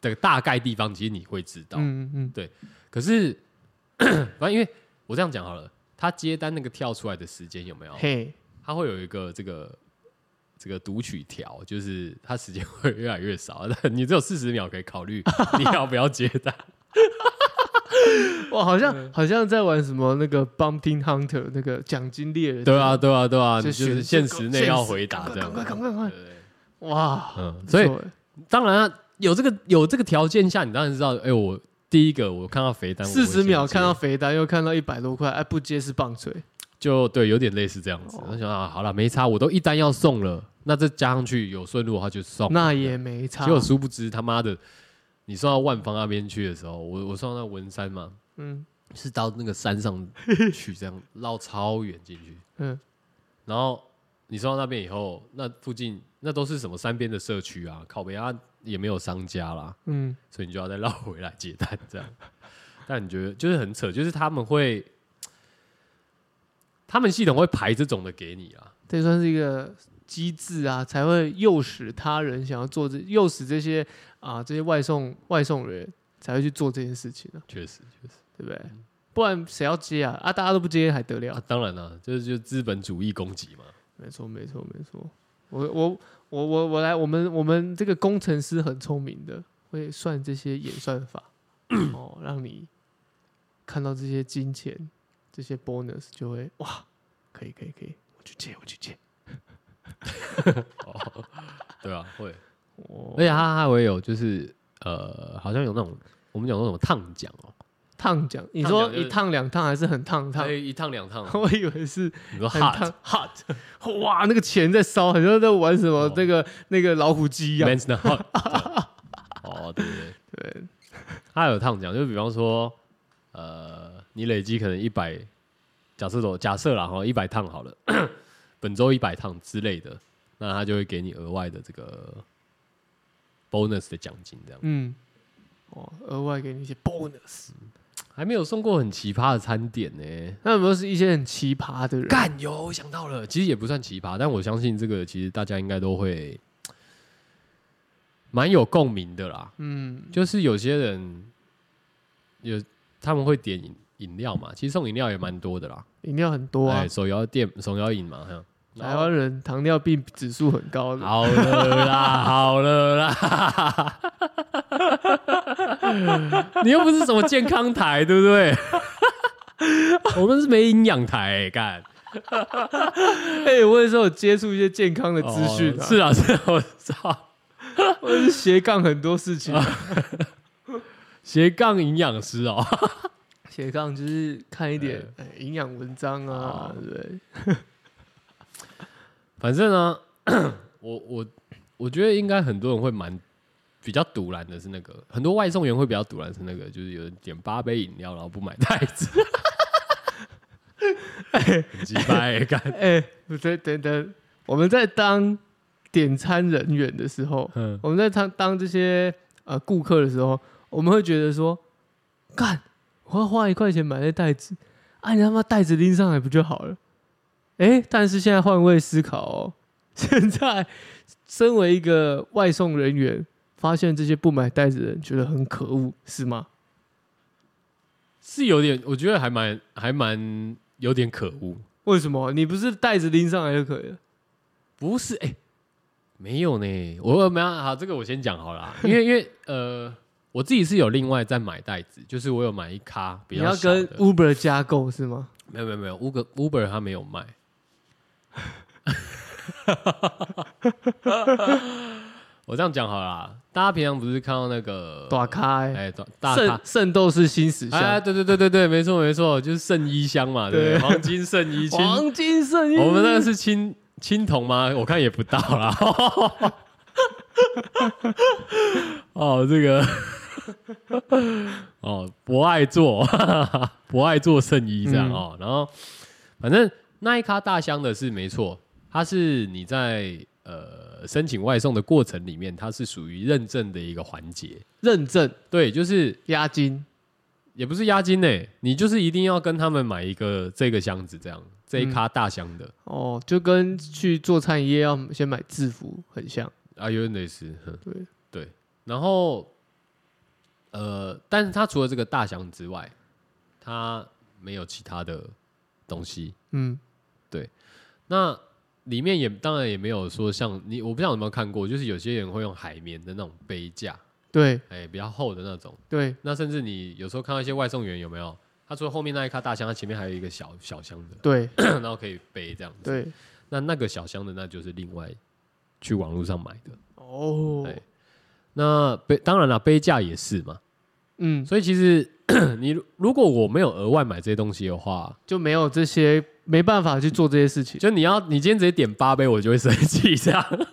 Speaker 1: 的大概地方，其实你会知道。
Speaker 2: 嗯嗯，
Speaker 1: 可是， 反正因为我这样讲好了，它接单那个跳出来的时间有没有
Speaker 2: 嗯，？嘿，
Speaker 1: 它会有一个这个这个读取条，就是它时间会越来越少， 但你只有四十秒可以考虑你要不要接单。
Speaker 2: 哇，好像好像在玩什么那个 Bumping Hunter 那个奖金猎人，
Speaker 1: 对啊，，对啊，对啊，就
Speaker 2: 就是选
Speaker 1: 限时内要回答
Speaker 2: 赶
Speaker 1: 这样
Speaker 2: 快赶快
Speaker 1: 子。
Speaker 2: 赶快赶快，
Speaker 1: 对对
Speaker 2: 哇，
Speaker 1: 嗯，所以
Speaker 2: 不错欸
Speaker 1: 当然啊有这个有这个条件下，你当然知道，哎，我第一个我看到肥单，我
Speaker 2: 四
Speaker 1: 会
Speaker 2: 十
Speaker 1: 先
Speaker 2: 秒
Speaker 1: 接
Speaker 2: 看到肥单，又看到一百多块，哎，不接是棒槌。
Speaker 1: 就对，有点类似这样
Speaker 2: 哦
Speaker 1: 子。我想啊，好了，没差，我都一单要送了，那再加上去有顺路的话就送。
Speaker 2: 那也没差。
Speaker 1: 结果殊不知他妈的，你送到万方那边去的时候，我我送到那文山嘛，
Speaker 2: 嗯
Speaker 1: 是到那个山上去，这样绕超远进去。
Speaker 2: 嗯，
Speaker 1: 然后你送到那边以后，那附近那都是什么山边的社区啊，靠北啊也没有商家啦，
Speaker 2: 嗯，
Speaker 1: 所以你就要再绕回来接单这样。但你觉得就是很扯，就是他们会，他们系统会排这种的给你啊。
Speaker 2: 这算是一个机制啊，才会诱使他人想要做这，诱使这些啊这些外送外送人才会去做这件事情啊，
Speaker 1: 确实，确实
Speaker 2: 对不对？不然谁要接啊？啊，大家都不接还得了？
Speaker 1: 啊，当然啦、就是就资本主义攻击嘛。
Speaker 2: 没错，没错，没错。我我我我我来，我们我们这个工程师很聪明的，会算这些演算法，哦，让你看到这些金钱，这些 bonus 就会哇，可以可以可以，我去借，我去借。
Speaker 1: 哦，对啊，会，
Speaker 2: 哦
Speaker 1: 而，且他还会有就是呃，好像有那种我们讲那种烫奖哦，
Speaker 2: 烫奖，你
Speaker 1: 烫
Speaker 2: 说
Speaker 1: 奖就是
Speaker 2: 一趟两趟还是很烫烫
Speaker 1: 他？一烫两烫啊，
Speaker 2: 我以为是
Speaker 1: 你说
Speaker 2: 很
Speaker 1: hot
Speaker 2: 烫 hot，哇，那个钱在烧，很像在玩什么
Speaker 1: 哦
Speaker 2: 那个那个老虎机一样。
Speaker 1: men's not hot，哦， 对对对，
Speaker 2: 对，
Speaker 1: 他有烫奖，就比方说呃，你累积可能一百，假设说假设啦哈，一百趟好了， 本周一百趟之类的，那他就会给你额外的这个 bonus 的奖金这样。
Speaker 2: 嗯，哦，额外给你一些 bonus。
Speaker 1: 还没有送过很奇葩的餐点呢、
Speaker 2: 那有没有是一些很奇葩的人？
Speaker 1: 干有，我想到了，其实也不算奇葩，但我相信这个其实大家应该都会蛮有共鸣的啦。
Speaker 2: 嗯，
Speaker 1: 就是有些人有他们会点饮饮料嘛，其实送饮料也蛮多的啦。
Speaker 2: 饮料很多啊
Speaker 1: 哎，，手摇店手摇饮嘛，哈。
Speaker 2: 台湾人糖尿病指数很高的。
Speaker 1: 好了啦， 好了啦，你又不是什么健康台，对不对？ 我们是没营养台、干
Speaker 2: 哎，我也是有接触一些健康的资讯
Speaker 1: 哦
Speaker 2: 啊，
Speaker 1: 是啊，是啊，我操。
Speaker 2: 我也是斜杠很多事情啊。
Speaker 1: 斜杠营养师哦，
Speaker 2: 斜杠就是看一点哎营养文章
Speaker 1: 哦
Speaker 2: 啊，对不对？
Speaker 1: 反正呢， 我我我觉得应该很多人会蛮比较堵然的是那个，很多外送员会比较堵然是那个，就是有人点八杯饮料然后不买袋子，很鸡掰欸干，
Speaker 2: 哎，我在等等，我们在当点餐人员的时候，
Speaker 1: 嗯，
Speaker 2: 我们在当当这些呃顾客的时候，我们会觉得说，干，我要花一块钱买那袋子，啊，你他妈袋子拎上来不就好了？哎，但是现在换位思考哦， 现在身为一个外送人员，发现这些不买袋子的人觉得很可恶，是吗？
Speaker 1: 是有点，我觉得还蛮还蛮有点可恶，
Speaker 2: 为什么？你不是袋子拎上来就可以了？
Speaker 1: 不是哎、没有呢，我没有好，这个我先讲好了啊，因为因为呃。我自己是有另外在买袋子，就是我有买一咖比
Speaker 2: 你
Speaker 1: 较
Speaker 2: 要
Speaker 1: 小的
Speaker 2: 跟 Uber 加购是吗？
Speaker 1: 没有没有没有，Uber Uber 他没有卖。 我这样讲好了啦，大家平常不是看到那个
Speaker 2: 大咖、欸，
Speaker 1: 哎大大
Speaker 2: 圣
Speaker 1: 咖
Speaker 2: 圣斗士星矢
Speaker 1: 哎
Speaker 2: 箱，
Speaker 1: 对对对对对，没错没错，就是圣衣箱嘛，对不对
Speaker 2: 对
Speaker 1: 黄金圣衣，青
Speaker 2: 黄金圣衣，
Speaker 1: 我们那个是青青铜吗？我看也不到啦。 哦，这个 哦，不爱 做，不爱做圣衣这样、
Speaker 2: 嗯
Speaker 1: 哦。然后，反正那一咖大箱的是没错，它是你在呃申请外送的过程里面，它是属于认证的一个环节。
Speaker 2: 认证
Speaker 1: 对，就是
Speaker 2: 押金，
Speaker 1: 也不是押金呢、欸你就是一定要跟他们买一个这个箱子这样，这一咖大箱的、
Speaker 2: 哦，就跟去做餐饮业要先买制服很像。
Speaker 1: 啊，有点类似，哼
Speaker 2: 对
Speaker 1: 对。然后，呃，但是他除了这个大箱之外，他没有其他的东西。
Speaker 2: 嗯，
Speaker 1: 那里面也当然也没有说像你，我不知道有没有看过，就是有些人会用海绵的那种杯架，
Speaker 2: 对
Speaker 1: 哎、比较厚的那种。
Speaker 2: 对，
Speaker 1: 那甚至你有时候看到一些外送员有没有，他除了后面那一咖大箱，他前面还有一个小小箱的，
Speaker 2: 对
Speaker 1: 然后可以背这样子。
Speaker 2: 对，
Speaker 1: 那那个小箱的，那就是另外去网络上买的。
Speaker 2: 哦，
Speaker 1: 哎那杯当然了，杯架也是嘛。
Speaker 2: 嗯，
Speaker 1: 所以其实 你如如果我没有额外买这些东西的话，
Speaker 2: 就没有这些，没办法去做这些事情。
Speaker 1: 就你要你今天直接点八杯，我就会生气这样。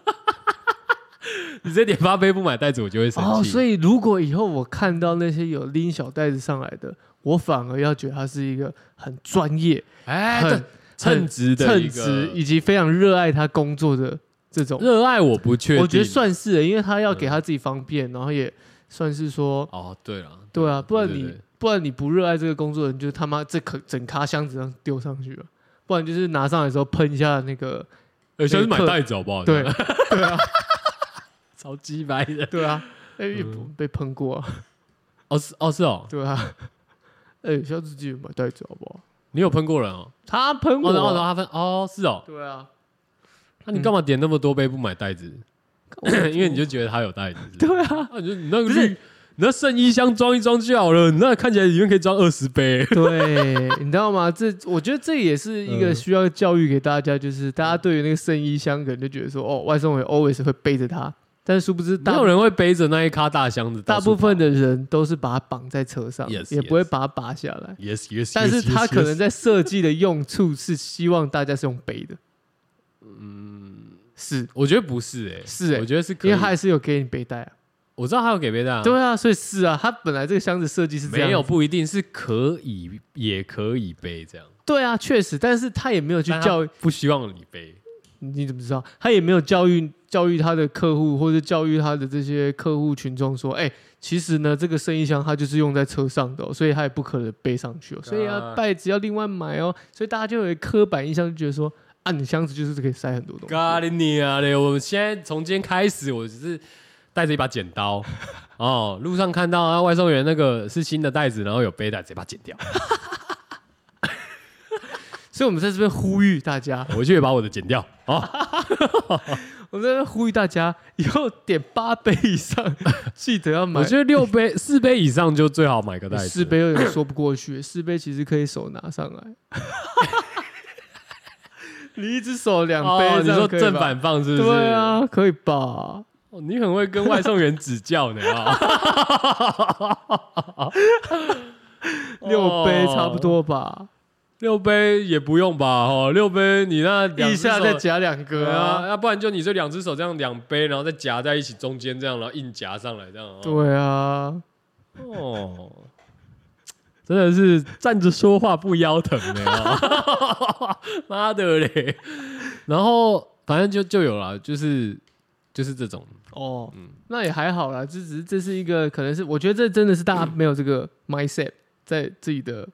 Speaker 1: 你直接点八杯不买袋子，我就会生气。
Speaker 2: 哦，所
Speaker 1: 以
Speaker 2: 以如果以后我看到那些有拎小袋子上来的，我反而要觉得他是一个很专业、
Speaker 1: 哎，
Speaker 2: 很
Speaker 1: 这称职的一
Speaker 2: 称
Speaker 1: 个
Speaker 2: 职以及非常热爱他工作的这种，
Speaker 1: 热爱，我不确定。嗯
Speaker 2: 我觉得算是，欸因为他要给他自己方便，然后也算是说，
Speaker 1: 哦，对了，
Speaker 2: 对啊，不然你
Speaker 1: 对对
Speaker 2: 不然你不热爱这个工作的人，就他妈这可整卡箱子上丢上去了，不然就是拿上来的时候喷一下那个，
Speaker 1: 哎下次买
Speaker 2: 那一刻
Speaker 1: 袋子好不好？
Speaker 2: 对， 啊
Speaker 1: 超鸡白的。
Speaker 2: 对啊，哎、也
Speaker 1: 嗯
Speaker 2: 不被喷过、啊，
Speaker 1: 哦是哦是哦，
Speaker 2: 对啊， 哎、下次记得买袋子好不好？
Speaker 1: 你有喷过人哦？
Speaker 2: 他喷
Speaker 1: 哦，
Speaker 2: 我嗯啊，
Speaker 1: 然后然后他喷哦是哦，
Speaker 2: 对啊，
Speaker 1: 那你干嘛点那么多杯不买袋子？因为你就觉得它有袋子。是不是
Speaker 2: 啊对啊，
Speaker 1: 啊，你就你那个
Speaker 2: 不是
Speaker 1: 绿，你那圣衣箱装一装就好了，你那看起来里面可以装二十杯。
Speaker 2: 对，你知道吗？这我觉得这也是一个
Speaker 1: 嗯
Speaker 2: 需要教育给大家，就是大家对于那个圣衣箱，可能就觉得说，哦，外送员 always 会背着它，但是殊不知
Speaker 1: 没
Speaker 2: 大
Speaker 1: 有人会背着那一咖大箱子到
Speaker 2: 大
Speaker 1: 处跑，
Speaker 2: 部分的人都是把它绑在车上
Speaker 1: Yes,
Speaker 2: 也不会
Speaker 1: yes.
Speaker 2: 把它拔下来。
Speaker 1: yes yes，
Speaker 2: 但是
Speaker 1: yes,
Speaker 2: 它
Speaker 1: yes,
Speaker 2: 可能
Speaker 1: yes
Speaker 2: 在设计的用处是希望大家是用背的，嗯，是
Speaker 1: 我觉得不是哎，
Speaker 2: 是欸
Speaker 1: 我觉得是可以
Speaker 2: 因为它还是有给你背带啊，
Speaker 1: 我知道他有给背带啊，
Speaker 2: 对啊，所以是啊，它本来这个箱子设计是这样，
Speaker 1: 没有，不一定是可以也可以背这样，
Speaker 2: 对啊，确实，但是它也没有去
Speaker 1: 但他
Speaker 2: 教育，
Speaker 1: 不希望你背。
Speaker 2: 你怎么知道？他也没有教育教育他的客户，或者教育他的这些客户群众说，哎、其实呢，这个生意箱它就是用在车上的哦、所以它也不可能背上去哦，所以啊
Speaker 1: 啊，
Speaker 2: 袋子要另外买哦，所以大家就有一个刻板印象，就觉得说，啊，你箱子就是可以塞很多东西。
Speaker 1: 咖喱你啊嘞！我现在从今天开始，我只是带着一把剪刀 哦，路上看到啊外送员那个是新的袋子，然后有背带，直接把它剪掉。
Speaker 2: 所以我们在这边呼吁大家，
Speaker 1: 我去把我的剪掉哦。
Speaker 2: 我们在这边呼吁大家，以后点八杯以上， 记得要 买
Speaker 1: 我。觉得六杯、 四杯以上就最好买个袋子。
Speaker 2: 四杯有点说不过去，四杯其实可以手拿上 来。你一只手两杯、
Speaker 1: 哦，你
Speaker 2: 这样
Speaker 1: 说
Speaker 2: 可以
Speaker 1: 正
Speaker 2: 吧
Speaker 1: 反放是不是？
Speaker 2: 对啊，可以吧？
Speaker 1: 哦，你很会跟外送员指教呢啊！
Speaker 2: 六杯
Speaker 1: 哦
Speaker 2: 差不，多吧，
Speaker 1: 六杯也不用吧？哦，六杯你那两
Speaker 2: 一
Speaker 1: 只
Speaker 2: 下
Speaker 1: 手
Speaker 2: 再夹两
Speaker 1: 对
Speaker 2: 个
Speaker 1: 啊，
Speaker 2: 啊。
Speaker 1: 要不然就你这两只手这样两杯，然后再夹在一起，中间这样，然后硬夹上来这样。哦
Speaker 2: 对啊，
Speaker 1: 哦，真的是站着说话不腰疼的、哦， 妈的嘞！然后反正就就有了，就是就是这种，
Speaker 2: 哦，那也还好啦，这只是这是一个可能是，我觉得这真的是大家没有这个 mindset 在自己的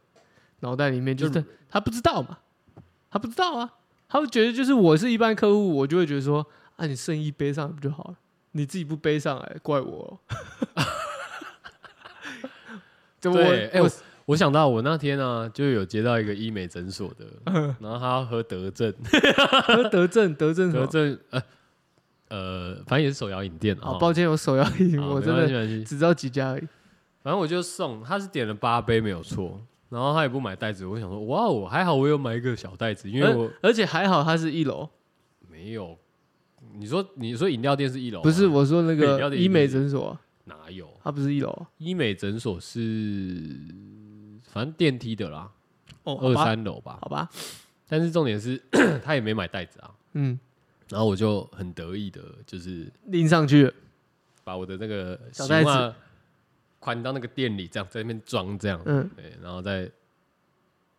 Speaker 2: 脑袋里面，就是
Speaker 1: 就
Speaker 2: 他他不知道嘛，他不知道啊，他会觉得就是我是一般客户，我就会觉得说啊，你剩一杯上来不就好了？你自己不背上来，怪我、哦。 对我
Speaker 1: 对，哎、
Speaker 2: 我
Speaker 1: 我我想到我那天啊，就有接到一个医美诊所的， 然后他要喝德政，
Speaker 2: 得症 得症什
Speaker 1: 德
Speaker 2: 么？
Speaker 1: 政呃呃，反正也是手摇饮店啊
Speaker 2: 啊，，抱歉，我手摇 饮，
Speaker 1: 啊
Speaker 2: 我
Speaker 1: 没
Speaker 2: 真
Speaker 1: 关系
Speaker 2: 的
Speaker 1: 没关系
Speaker 2: 只知道几家而已。
Speaker 1: 反正我就送，他是点了八杯没有错，然后他也不买袋子，我想说哇哦，还好我有买一个小袋子，因为我
Speaker 2: 而而且还好，它是一楼，
Speaker 1: 没有。你说你说饮料店是一楼吗，
Speaker 2: 不是我说 那
Speaker 1: 饮料
Speaker 2: 个
Speaker 1: 店
Speaker 2: 医美
Speaker 1: 一楼
Speaker 2: 诊所啊，
Speaker 1: 哪有
Speaker 2: 它不是一楼啊
Speaker 1: 医美诊所是，反正电梯的啦，
Speaker 2: 哦
Speaker 1: 二
Speaker 2: 好吧
Speaker 1: 三楼吧。
Speaker 2: 好吧，
Speaker 1: 但是重点是 他也没买袋子啊，
Speaker 2: 嗯，
Speaker 1: 然后我就很得意的，就是
Speaker 2: 拎上去了，
Speaker 1: 把我的那个
Speaker 2: 小袋子
Speaker 1: 行李款到那个店里，这样在那边装这样，
Speaker 2: 嗯
Speaker 1: 对，然后再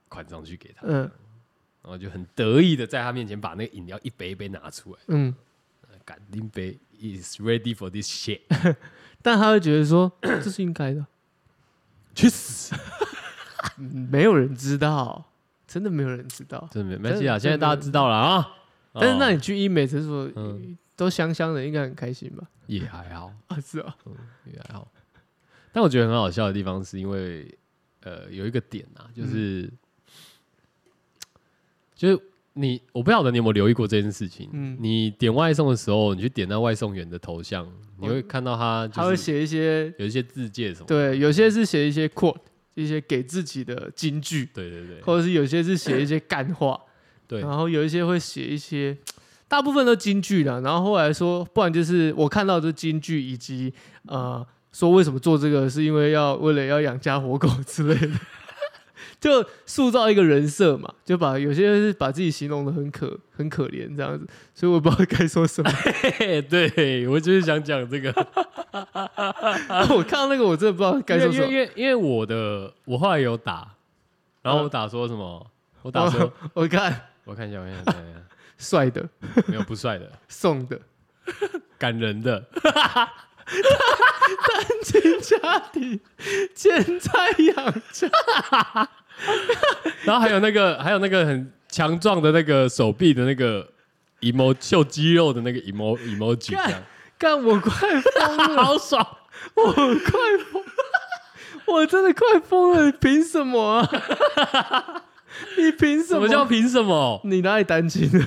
Speaker 1: 款上去给他，
Speaker 2: 嗯
Speaker 1: 然后就很得意的在他面前把那个饮料一杯一杯拿出来，
Speaker 2: 嗯，
Speaker 1: 干拎杯 is ready for this shit，
Speaker 2: 但他会觉得说 这是应该的，
Speaker 1: 去死！
Speaker 2: 嗯没有人知道，真的没有人知道。
Speaker 1: 真的没关系啊，现在大家知道了啊。
Speaker 2: 但是那
Speaker 1: 哦
Speaker 2: 你去医美诊所
Speaker 1: 嗯
Speaker 2: 都香香的，应该很开心 吧？
Speaker 1: 也还好，
Speaker 2: 啊，是
Speaker 1: 哦
Speaker 2: 啊，
Speaker 1: 也还好。但我觉得很好笑的地方是因为，呃，有一个点啊，就是，就是你，我不晓得你有没有留意过这件事情。
Speaker 2: 嗯
Speaker 1: 你点外送的时候，你去点那外送员的头像，你会看到他
Speaker 2: 他会
Speaker 1: 就是
Speaker 2: 写一些，
Speaker 1: 有一些字界什么。
Speaker 2: 对，有些是写一些 quote，一些给自己的金句，
Speaker 1: 对对对
Speaker 2: 或者是有些是写一些干话。
Speaker 1: 对，
Speaker 2: 然后有一些会写一些，大部分都京剧啦。然后后来说，不然就是我看到的是京剧以及呃说为什么做这个，是因为要为了要养家活口之类的， 就塑造一个人设嘛，就把有些人是把自己形容的很可很可怜这样子，所以我不知道该说 什么。
Speaker 1: 嘿嘿，对我就是想讲这个，
Speaker 2: 哦我看到那个我真的不知道 该说
Speaker 1: 因
Speaker 2: 什
Speaker 1: 为
Speaker 2: 么
Speaker 1: 因。为因为我的我后来有打，然
Speaker 2: 嗯
Speaker 1: 后我打说什么？我打说，
Speaker 2: 哦我看
Speaker 1: 我看一下，我看一下，我看一下
Speaker 2: 帅的、
Speaker 1: 没有不帅的，
Speaker 2: 送的、
Speaker 1: 感人的，
Speaker 2: 亲家庭、兼差养家，
Speaker 1: 然后还有那个还有那个很强壮的那个手臂的那个 emo 秀肌肉的那个 emo emoji，这样
Speaker 2: 干干我快疯了，
Speaker 1: 好爽。
Speaker 2: 我快疯，我真的快疯了！凭什么 啊？你凭什
Speaker 1: 什么叫凭什么？
Speaker 2: 你哪里啊单亲的？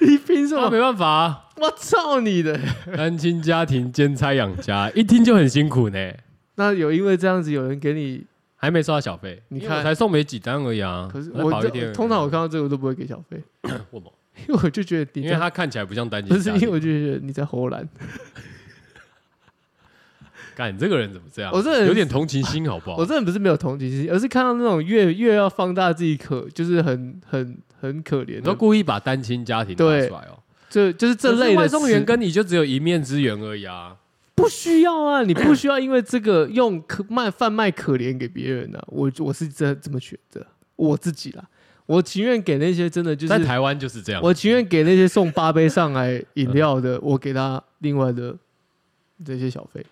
Speaker 2: 你凭什
Speaker 1: 那
Speaker 2: 么？
Speaker 1: 没办法、啊，
Speaker 2: 我操你的！
Speaker 1: 单亲家庭兼差养家，一听就很辛苦呢。
Speaker 2: 那有因为这样子有人给你？
Speaker 1: 还没收到小费，
Speaker 2: 你
Speaker 1: 因为
Speaker 2: 看
Speaker 1: 我才送没几单而已啊。
Speaker 2: 可是
Speaker 1: 才
Speaker 2: 我
Speaker 1: 跑一天而已
Speaker 2: 通常我看到这个我都不会给小费，
Speaker 1: 我没
Speaker 2: 因为我就觉得你
Speaker 1: 因
Speaker 2: 在
Speaker 1: 为他看起来不像单亲
Speaker 2: 不
Speaker 1: 家
Speaker 2: 是
Speaker 1: 庭，
Speaker 2: 因为我就觉得你在荷兰。
Speaker 1: 干你这个人怎么这样？啊
Speaker 2: 我这个人
Speaker 1: 有点同情心好不好？
Speaker 2: 我真的不是没有同情心，而是看到那种越越要放大自己可，就是很很很可怜
Speaker 1: 你都
Speaker 2: 的，
Speaker 1: 故意把单亲家庭拿
Speaker 2: 对
Speaker 1: 出来哦。
Speaker 2: 就就是这
Speaker 1: 可是
Speaker 2: 类的
Speaker 1: 外送员
Speaker 2: 词
Speaker 1: 跟你就只有一面之缘而已啊。
Speaker 2: 不需要啊，你不需要因为这个用可卖贩卖可怜给别人啊。我我是这这么选择我自己啦，我情愿给那些真的就是
Speaker 1: 在，台湾就是这样，
Speaker 2: 我情愿给那些送八杯上来饮料的，我给他另外的这些小费，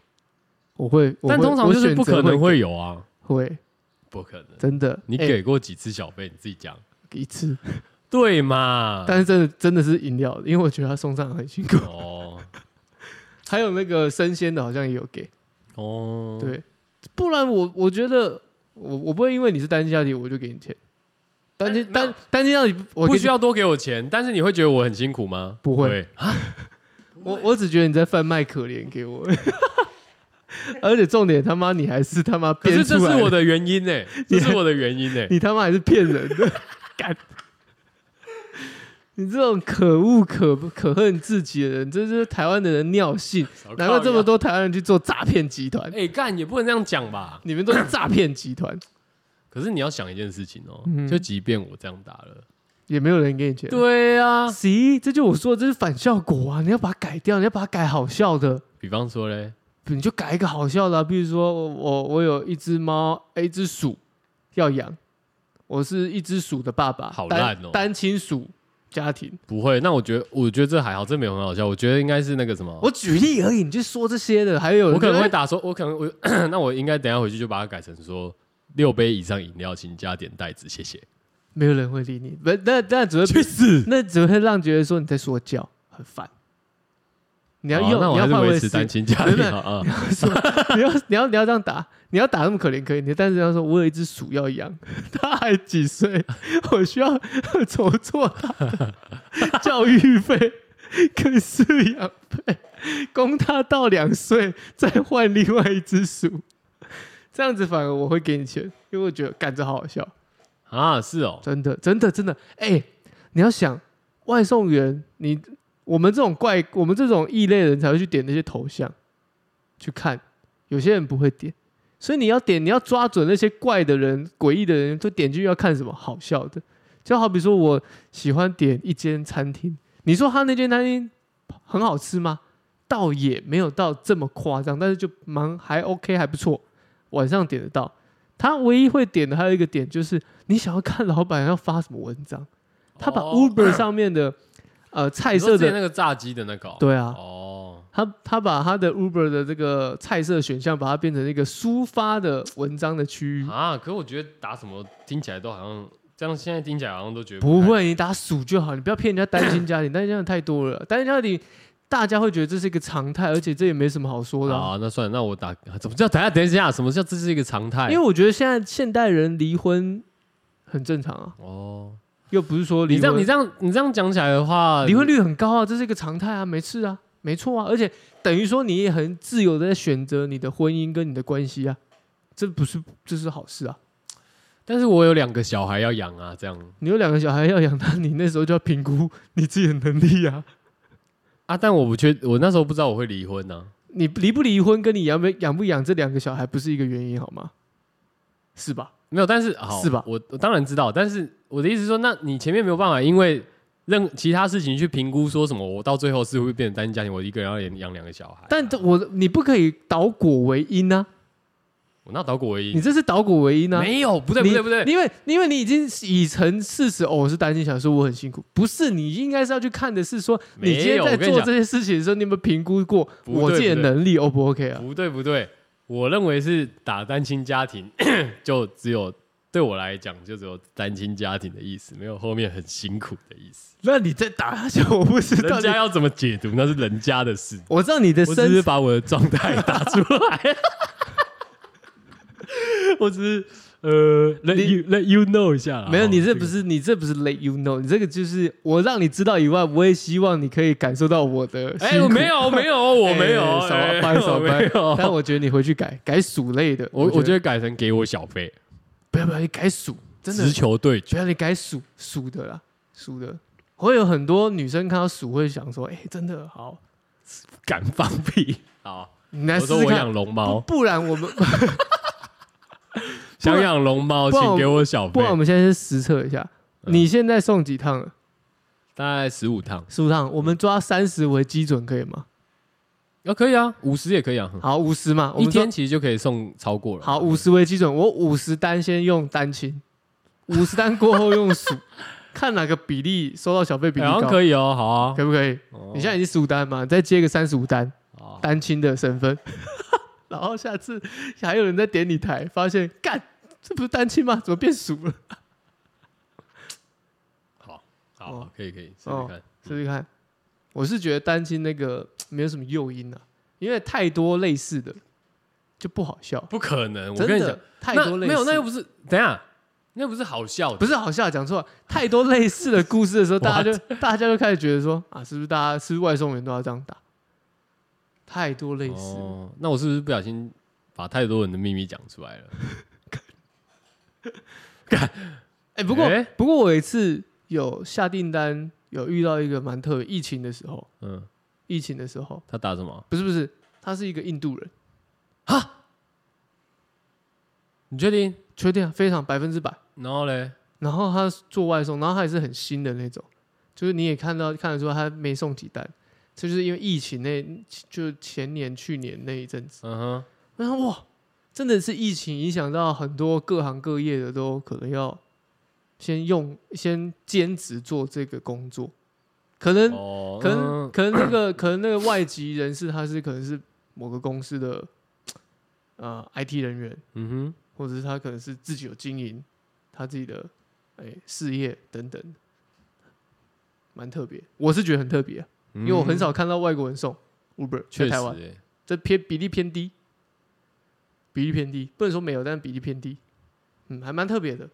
Speaker 2: 我会，我
Speaker 1: 但
Speaker 2: 会
Speaker 1: 通常就是不可能
Speaker 2: 我选
Speaker 1: 会有啊，
Speaker 2: 择会会
Speaker 1: 不可能。
Speaker 2: 真的，
Speaker 1: 你
Speaker 2: 哎
Speaker 1: 给过几次小费？你自己讲。
Speaker 2: 一次，
Speaker 1: 对嘛？
Speaker 2: 但是真的真的是饮料，因为我觉得他送上来很辛苦，
Speaker 1: 哦
Speaker 2: 还有那个生鲜的好像也有给，
Speaker 1: 哦，
Speaker 2: 对，不然我我觉得我我不会因为你是单亲家庭我就给你钱，单亲
Speaker 1: 但
Speaker 2: 单单亲家庭我
Speaker 1: 呃不
Speaker 2: 跟
Speaker 1: 需要多给我钱，但是你会觉得我很辛苦吗？
Speaker 2: 不会，我我只觉得你在贩卖可怜给我， 而且重点他妈你还是他妈
Speaker 1: 可
Speaker 2: 编
Speaker 1: 是这
Speaker 2: 出
Speaker 1: 是
Speaker 2: 来
Speaker 1: 我
Speaker 2: 的，
Speaker 1: 的原因呢、欸 这是我的原因呢、欸
Speaker 2: 你他妈还是骗人的，干！ 你这种可恶可可恨至极的人，这就是台湾的人尿性，难怪这么多台湾人去做诈骗集团，
Speaker 1: 哎，干、也不能这样讲吧？
Speaker 2: 你们都是诈骗集团，
Speaker 1: 可是你要想一件事情哦、
Speaker 2: 嗯
Speaker 1: 就即便我这样打了，
Speaker 2: 也没有人给你钱。
Speaker 1: 对呀、啊，
Speaker 2: 行，这就我说的，这是反效果啊！你要把它改掉，你要把它改好笑的，
Speaker 1: 比方说嘞，
Speaker 2: 你就改一个好笑的、啊。比如说我我我有一只猫，哎一只鼠要养，我是一只鼠的爸爸，
Speaker 1: 好
Speaker 2: 单
Speaker 1: 烂哦
Speaker 2: 单亲鼠家庭。
Speaker 1: 不会，那我觉得我觉得这还好，这没有很好笑，我觉得应该是那个什么，
Speaker 2: 我举例而已，你就说这些的，还有
Speaker 1: 哦我可能会
Speaker 2: 人
Speaker 1: 打说，我可能我那我应该等一下回去就把它改成说。六杯以上饮料，请加点袋子，谢谢。
Speaker 2: 没有人会理你，不，那那只会
Speaker 1: 去死！
Speaker 2: 那只会让觉得说你在说教，很烦。你
Speaker 1: 你
Speaker 2: 要用，
Speaker 1: 啊那
Speaker 2: 你
Speaker 1: 我
Speaker 2: 要
Speaker 1: 还是
Speaker 2: 换
Speaker 1: 维
Speaker 2: 位
Speaker 1: 持
Speaker 2: 思
Speaker 1: 单
Speaker 2: 考。
Speaker 1: 亲家
Speaker 2: 没有
Speaker 1: 庭
Speaker 2: 没有
Speaker 1: 好啊。
Speaker 2: 你要你要你要这样打，你要打那么可怜可以，你但是要说我有一只鼠要养，它还几岁，我需要筹措它的教育费跟饲养费，供它到两岁再换另外一只鼠，这样子反而我会给你钱，因为我觉得干这好好笑，
Speaker 1: 啊，是哦，
Speaker 2: 真的真的真的，哎、你要想外送员，你我们这种怪我们这种异类人才会去点那些头像去看，有些人不会点，所以你要点，你要抓准那些怪的人、诡异的人，就点进去要看什么好笑的。就好比说，我喜欢点一间餐厅，你说他那间餐厅很好吃吗？倒也没有到这么夸张，但是就蛮还 OK，还不错。晚上点得到，他唯一会点的还有一个点就是，你想要看老板要发什么文章，他把
Speaker 1: 哦
Speaker 2: Uber 上面的、呃菜
Speaker 1: 你说
Speaker 2: 色
Speaker 1: 之前那
Speaker 2: 的，
Speaker 1: 个炸鸡的那个哦，
Speaker 2: 对啊，
Speaker 1: 哦，
Speaker 2: 他他把他的 Uber 的这个菜色选项，把它变成一个抒发的文章的区域。
Speaker 1: 啊，可是我觉得打什么听起来都好像这样，现在听起来好像都觉得
Speaker 2: 不
Speaker 1: 太
Speaker 2: 会，你打数就好，你不要骗人家单亲家庭，单亲家庭太多了，单亲家庭大家会觉得这是一个常态，而且这也没什么好说的啊、
Speaker 1: 好啊。那算了，那我打 怎么 叫？等一下，等一下，什么叫这是一个常态？
Speaker 2: 因为我觉得现在现代人离婚很正常啊，
Speaker 1: 哦，
Speaker 2: 又不是说离
Speaker 1: 你这样，
Speaker 2: 婚
Speaker 1: 你这样，你这样讲起来的话，
Speaker 2: 离婚率很高啊，这是一个常态啊，没事啊，没错啊，而且等于说你也很自由的在选择你的婚姻跟你的关系啊，这不是这是好事啊。
Speaker 1: 但是我有两个小孩要养啊，这样
Speaker 2: 你有两个小孩要养他，你那时候就要评估你自己的能力啊。
Speaker 1: 啊，但我不确，我那时候不知道我会离婚呢、啊
Speaker 2: 你离不离婚跟你养没养不养这两个小孩不是一个原因好吗？是吧？
Speaker 1: 没有，但是好
Speaker 2: 是吧
Speaker 1: 我我当然知道，但是我的意思是说，那你前面没有办法，因为任其他事情去评估说什么，我到最后是会变成单亲家庭，我一个人要养养两个小孩，啊
Speaker 2: 但这我你不可以倒果为因啊，
Speaker 1: 我那倒果为
Speaker 2: 你
Speaker 1: 因，
Speaker 2: 这是倒果为因啊。
Speaker 1: 没有，不对不对不对，
Speaker 2: 你因为因为你已经已成事实，哦，我是担心想说我很辛苦，不是你应该是要去看的是说，
Speaker 1: 没
Speaker 2: 你
Speaker 1: 有
Speaker 2: 今天在
Speaker 1: 我跟你
Speaker 2: 做
Speaker 1: 讲
Speaker 2: 这些事情的时候，你有没有评估过
Speaker 1: 不对
Speaker 2: 我自己的
Speaker 1: 不对
Speaker 2: 能力 O 不 OK 啊？
Speaker 1: 不对不对，我认为是打单亲家庭， 就只有对我来讲就只有单亲家庭的意思，没有后面很辛苦的意 思。
Speaker 2: 那你在打下去，我不知道
Speaker 1: 人
Speaker 2: 你
Speaker 1: 家，要怎么解读那是人家的事，
Speaker 2: 我知道你的
Speaker 1: 我只是
Speaker 2: 身，
Speaker 1: 把我的状态打出 来，我只是呃 let
Speaker 2: 你
Speaker 1: you let you know 一下啦。
Speaker 2: 没有，
Speaker 1: 哦
Speaker 2: 你这
Speaker 1: 个
Speaker 2: 不是你这不是 let you know，你这个就是我让你知道以外，我也希望你可以感受到我的
Speaker 1: 哎，我
Speaker 2: 辛苦。
Speaker 1: 没有没有，我没有，哎
Speaker 2: 哎少掰少
Speaker 1: 我没
Speaker 2: 掰。但
Speaker 1: 有。
Speaker 2: 我觉得你回去改改鼠类的，
Speaker 1: 我我觉
Speaker 2: 得
Speaker 1: 得改成给我小费，
Speaker 2: 不要不要，你改鼠真的
Speaker 1: 直球对
Speaker 2: 不
Speaker 1: 决。
Speaker 2: 要你改鼠鼠的啦，鼠的会有很多女生看到鼠会想说，哎、真的好，
Speaker 1: 敢放屁。好，
Speaker 2: 你来
Speaker 1: 我
Speaker 2: 试
Speaker 1: 说
Speaker 2: 试
Speaker 1: 我
Speaker 2: 看
Speaker 1: 养，龙猫
Speaker 2: 不，不然 我们
Speaker 1: 想养龙猫，
Speaker 2: 不然
Speaker 1: 请给我小
Speaker 2: 不
Speaker 1: 费
Speaker 2: 然我。们现在先实测一下，
Speaker 1: 嗯
Speaker 2: 你现在送几趟了？
Speaker 1: 大概十五趟，
Speaker 2: 十五趟，我们抓三十为基准可以吗？
Speaker 1: 啊，可以啊，五十也可以啊，
Speaker 2: 好，五十嘛，我
Speaker 1: 一
Speaker 2: 们抓
Speaker 1: 天其实就可以送超过了。
Speaker 2: 好五十为基准，我五十单先用单亲，五十单过后用鼠， 看哪个比例收到小费比
Speaker 1: 哎，
Speaker 2: 例
Speaker 1: 好
Speaker 2: 高，
Speaker 1: 像可以哦，好啊。
Speaker 2: 可不可以？
Speaker 1: 哦
Speaker 2: 你现在已经十五单嘛，再接个三十五单。
Speaker 1: 好
Speaker 2: 单亲的身份， 然后下次还有人在点你台，发现干，这不是单亲吗？怎么变熟了？
Speaker 1: 好
Speaker 2: 哦
Speaker 1: 好，可以可以，试试看。
Speaker 2: 试试看。我是觉得单亲那个没有什么诱因啊，因为太多类似的就不好笑。
Speaker 1: 不可能，我跟
Speaker 2: 真
Speaker 1: 你讲
Speaker 2: 的，太
Speaker 1: 那
Speaker 2: 多类似，
Speaker 1: 没有，那又不是，等一下，那又不是好笑的，
Speaker 2: 不是好笑，讲错了。太多类似的故事的时候，大 家就大家就开始觉得说啊，是不是大家是不是外送员都要这样打？太多类似了，
Speaker 1: 哦。那我是不是不小心把太多人的秘密讲出来了？
Speaker 2: 哎、不过、
Speaker 1: 哎
Speaker 2: 不过我有一次有下订单，有遇到一个蛮特别，疫情的时候，
Speaker 1: 嗯，
Speaker 2: 疫情的时候，
Speaker 1: 他打什么？
Speaker 2: 不是不是，他是一个印度人，
Speaker 1: 你确定？
Speaker 2: 确定啊，非常百分之百。
Speaker 1: 然后嘞，
Speaker 2: 然后他做外送，然后他也是很新的那种，就是你也看到看得出他没送几单，这就是因为疫情那，就前年去年那一阵子，
Speaker 1: 嗯哼，
Speaker 2: 我想哇，真的是疫情影响到很多各行各业的都可能要先用先兼职做这个工作，可能
Speaker 1: 哦，
Speaker 2: 可能
Speaker 1: 嗯
Speaker 2: 可能那个 可能那个外籍人士他是可能是某个公司的呃 IT 人员，
Speaker 1: 嗯哼，
Speaker 2: 或者是他可能是自己有经营他自己的哎、事业等等，蛮特别。我是觉得很特别啊、因为我很
Speaker 1: 嗯
Speaker 2: 少看到外国人送 Uber
Speaker 1: 确
Speaker 2: 在
Speaker 1: 实
Speaker 2: 台湾，
Speaker 1: 欸，
Speaker 2: 这偏比例偏低，比例偏低，不能说没有，但是比例偏低，嗯，还蛮特别的。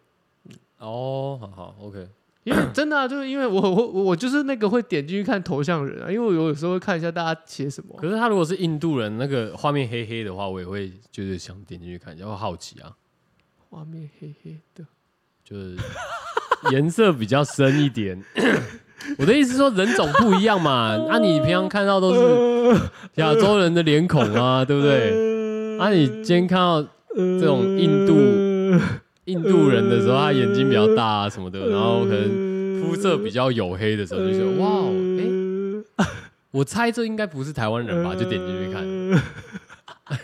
Speaker 1: 哦，好好，OK，
Speaker 2: 因为真的、啊，就是因为我我我我就是那个会点进去看头像人啊，因为我有时候会看一下大家写什么。
Speaker 1: 可是他如果是印度人，那个画面黑黑的话，我也会就是想点进去看一下，会好奇啊，
Speaker 2: 画面黑黑的，
Speaker 1: 就是颜色比较深一点。我的意思是说，人种不一样嘛，那、你平常看到都是亚洲人的脸孔啊，对不对？啊，你今天看到
Speaker 2: 这
Speaker 1: 种印度印度人的时候，他眼睛比较大啊什么的，然后可能
Speaker 2: 能
Speaker 1: 肤色比较黝黑的时候，就觉得哇哦，哎、
Speaker 2: 诶，
Speaker 1: 我猜这应该不是台湾人
Speaker 2: 呃
Speaker 1: 吧，就点进去看，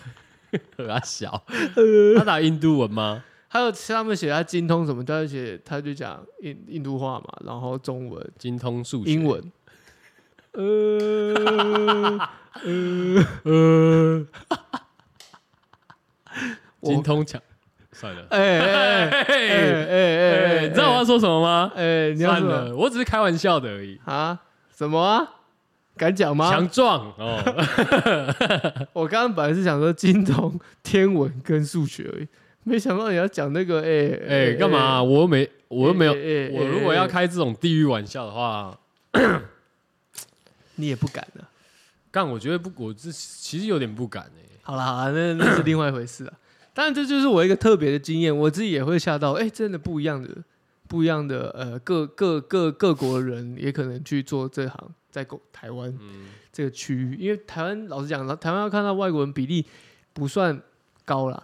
Speaker 1: 和他小，
Speaker 2: 呃
Speaker 1: 他打印度文吗？
Speaker 2: 还有他们写他精通什么，他就写他就讲印印度话嘛，然后中文、
Speaker 1: 精通数学，
Speaker 2: 英文，呃
Speaker 3: 呃，
Speaker 1: 精通强，算了。
Speaker 2: 哎 哎哎
Speaker 1: 哎
Speaker 2: 哎哎
Speaker 1: 哎，
Speaker 2: 哎，
Speaker 1: 你知道我要说什么吗？
Speaker 2: 哎，你要
Speaker 1: 算
Speaker 2: 什么
Speaker 1: 了，我只是开玩笑的而已。
Speaker 2: 啊？什么啊？敢讲吗？
Speaker 1: 强壮哦，
Speaker 2: 我刚刚本来是想说精通天文跟数学而已，没想到你要讲那个，哎
Speaker 1: 哎，干嘛？？我又没，我又没有
Speaker 2: 哎哎哎，
Speaker 1: 我如果要开这种地狱玩笑的话，
Speaker 2: 你也不敢啊？
Speaker 1: 干，我觉得不，我这其实有点不敢哎。
Speaker 2: 好啦，好啦，那那是另外一回事啊。 当然，这就是我一个特别的经验，我自己也会吓到，哎、真的不一样的，不一样的，呃，各各各各国人也可能去做这行，在狗台湾
Speaker 1: 嗯，
Speaker 2: 这个区域，因为台湾老实讲，台湾要看到外国人比例不算高啦，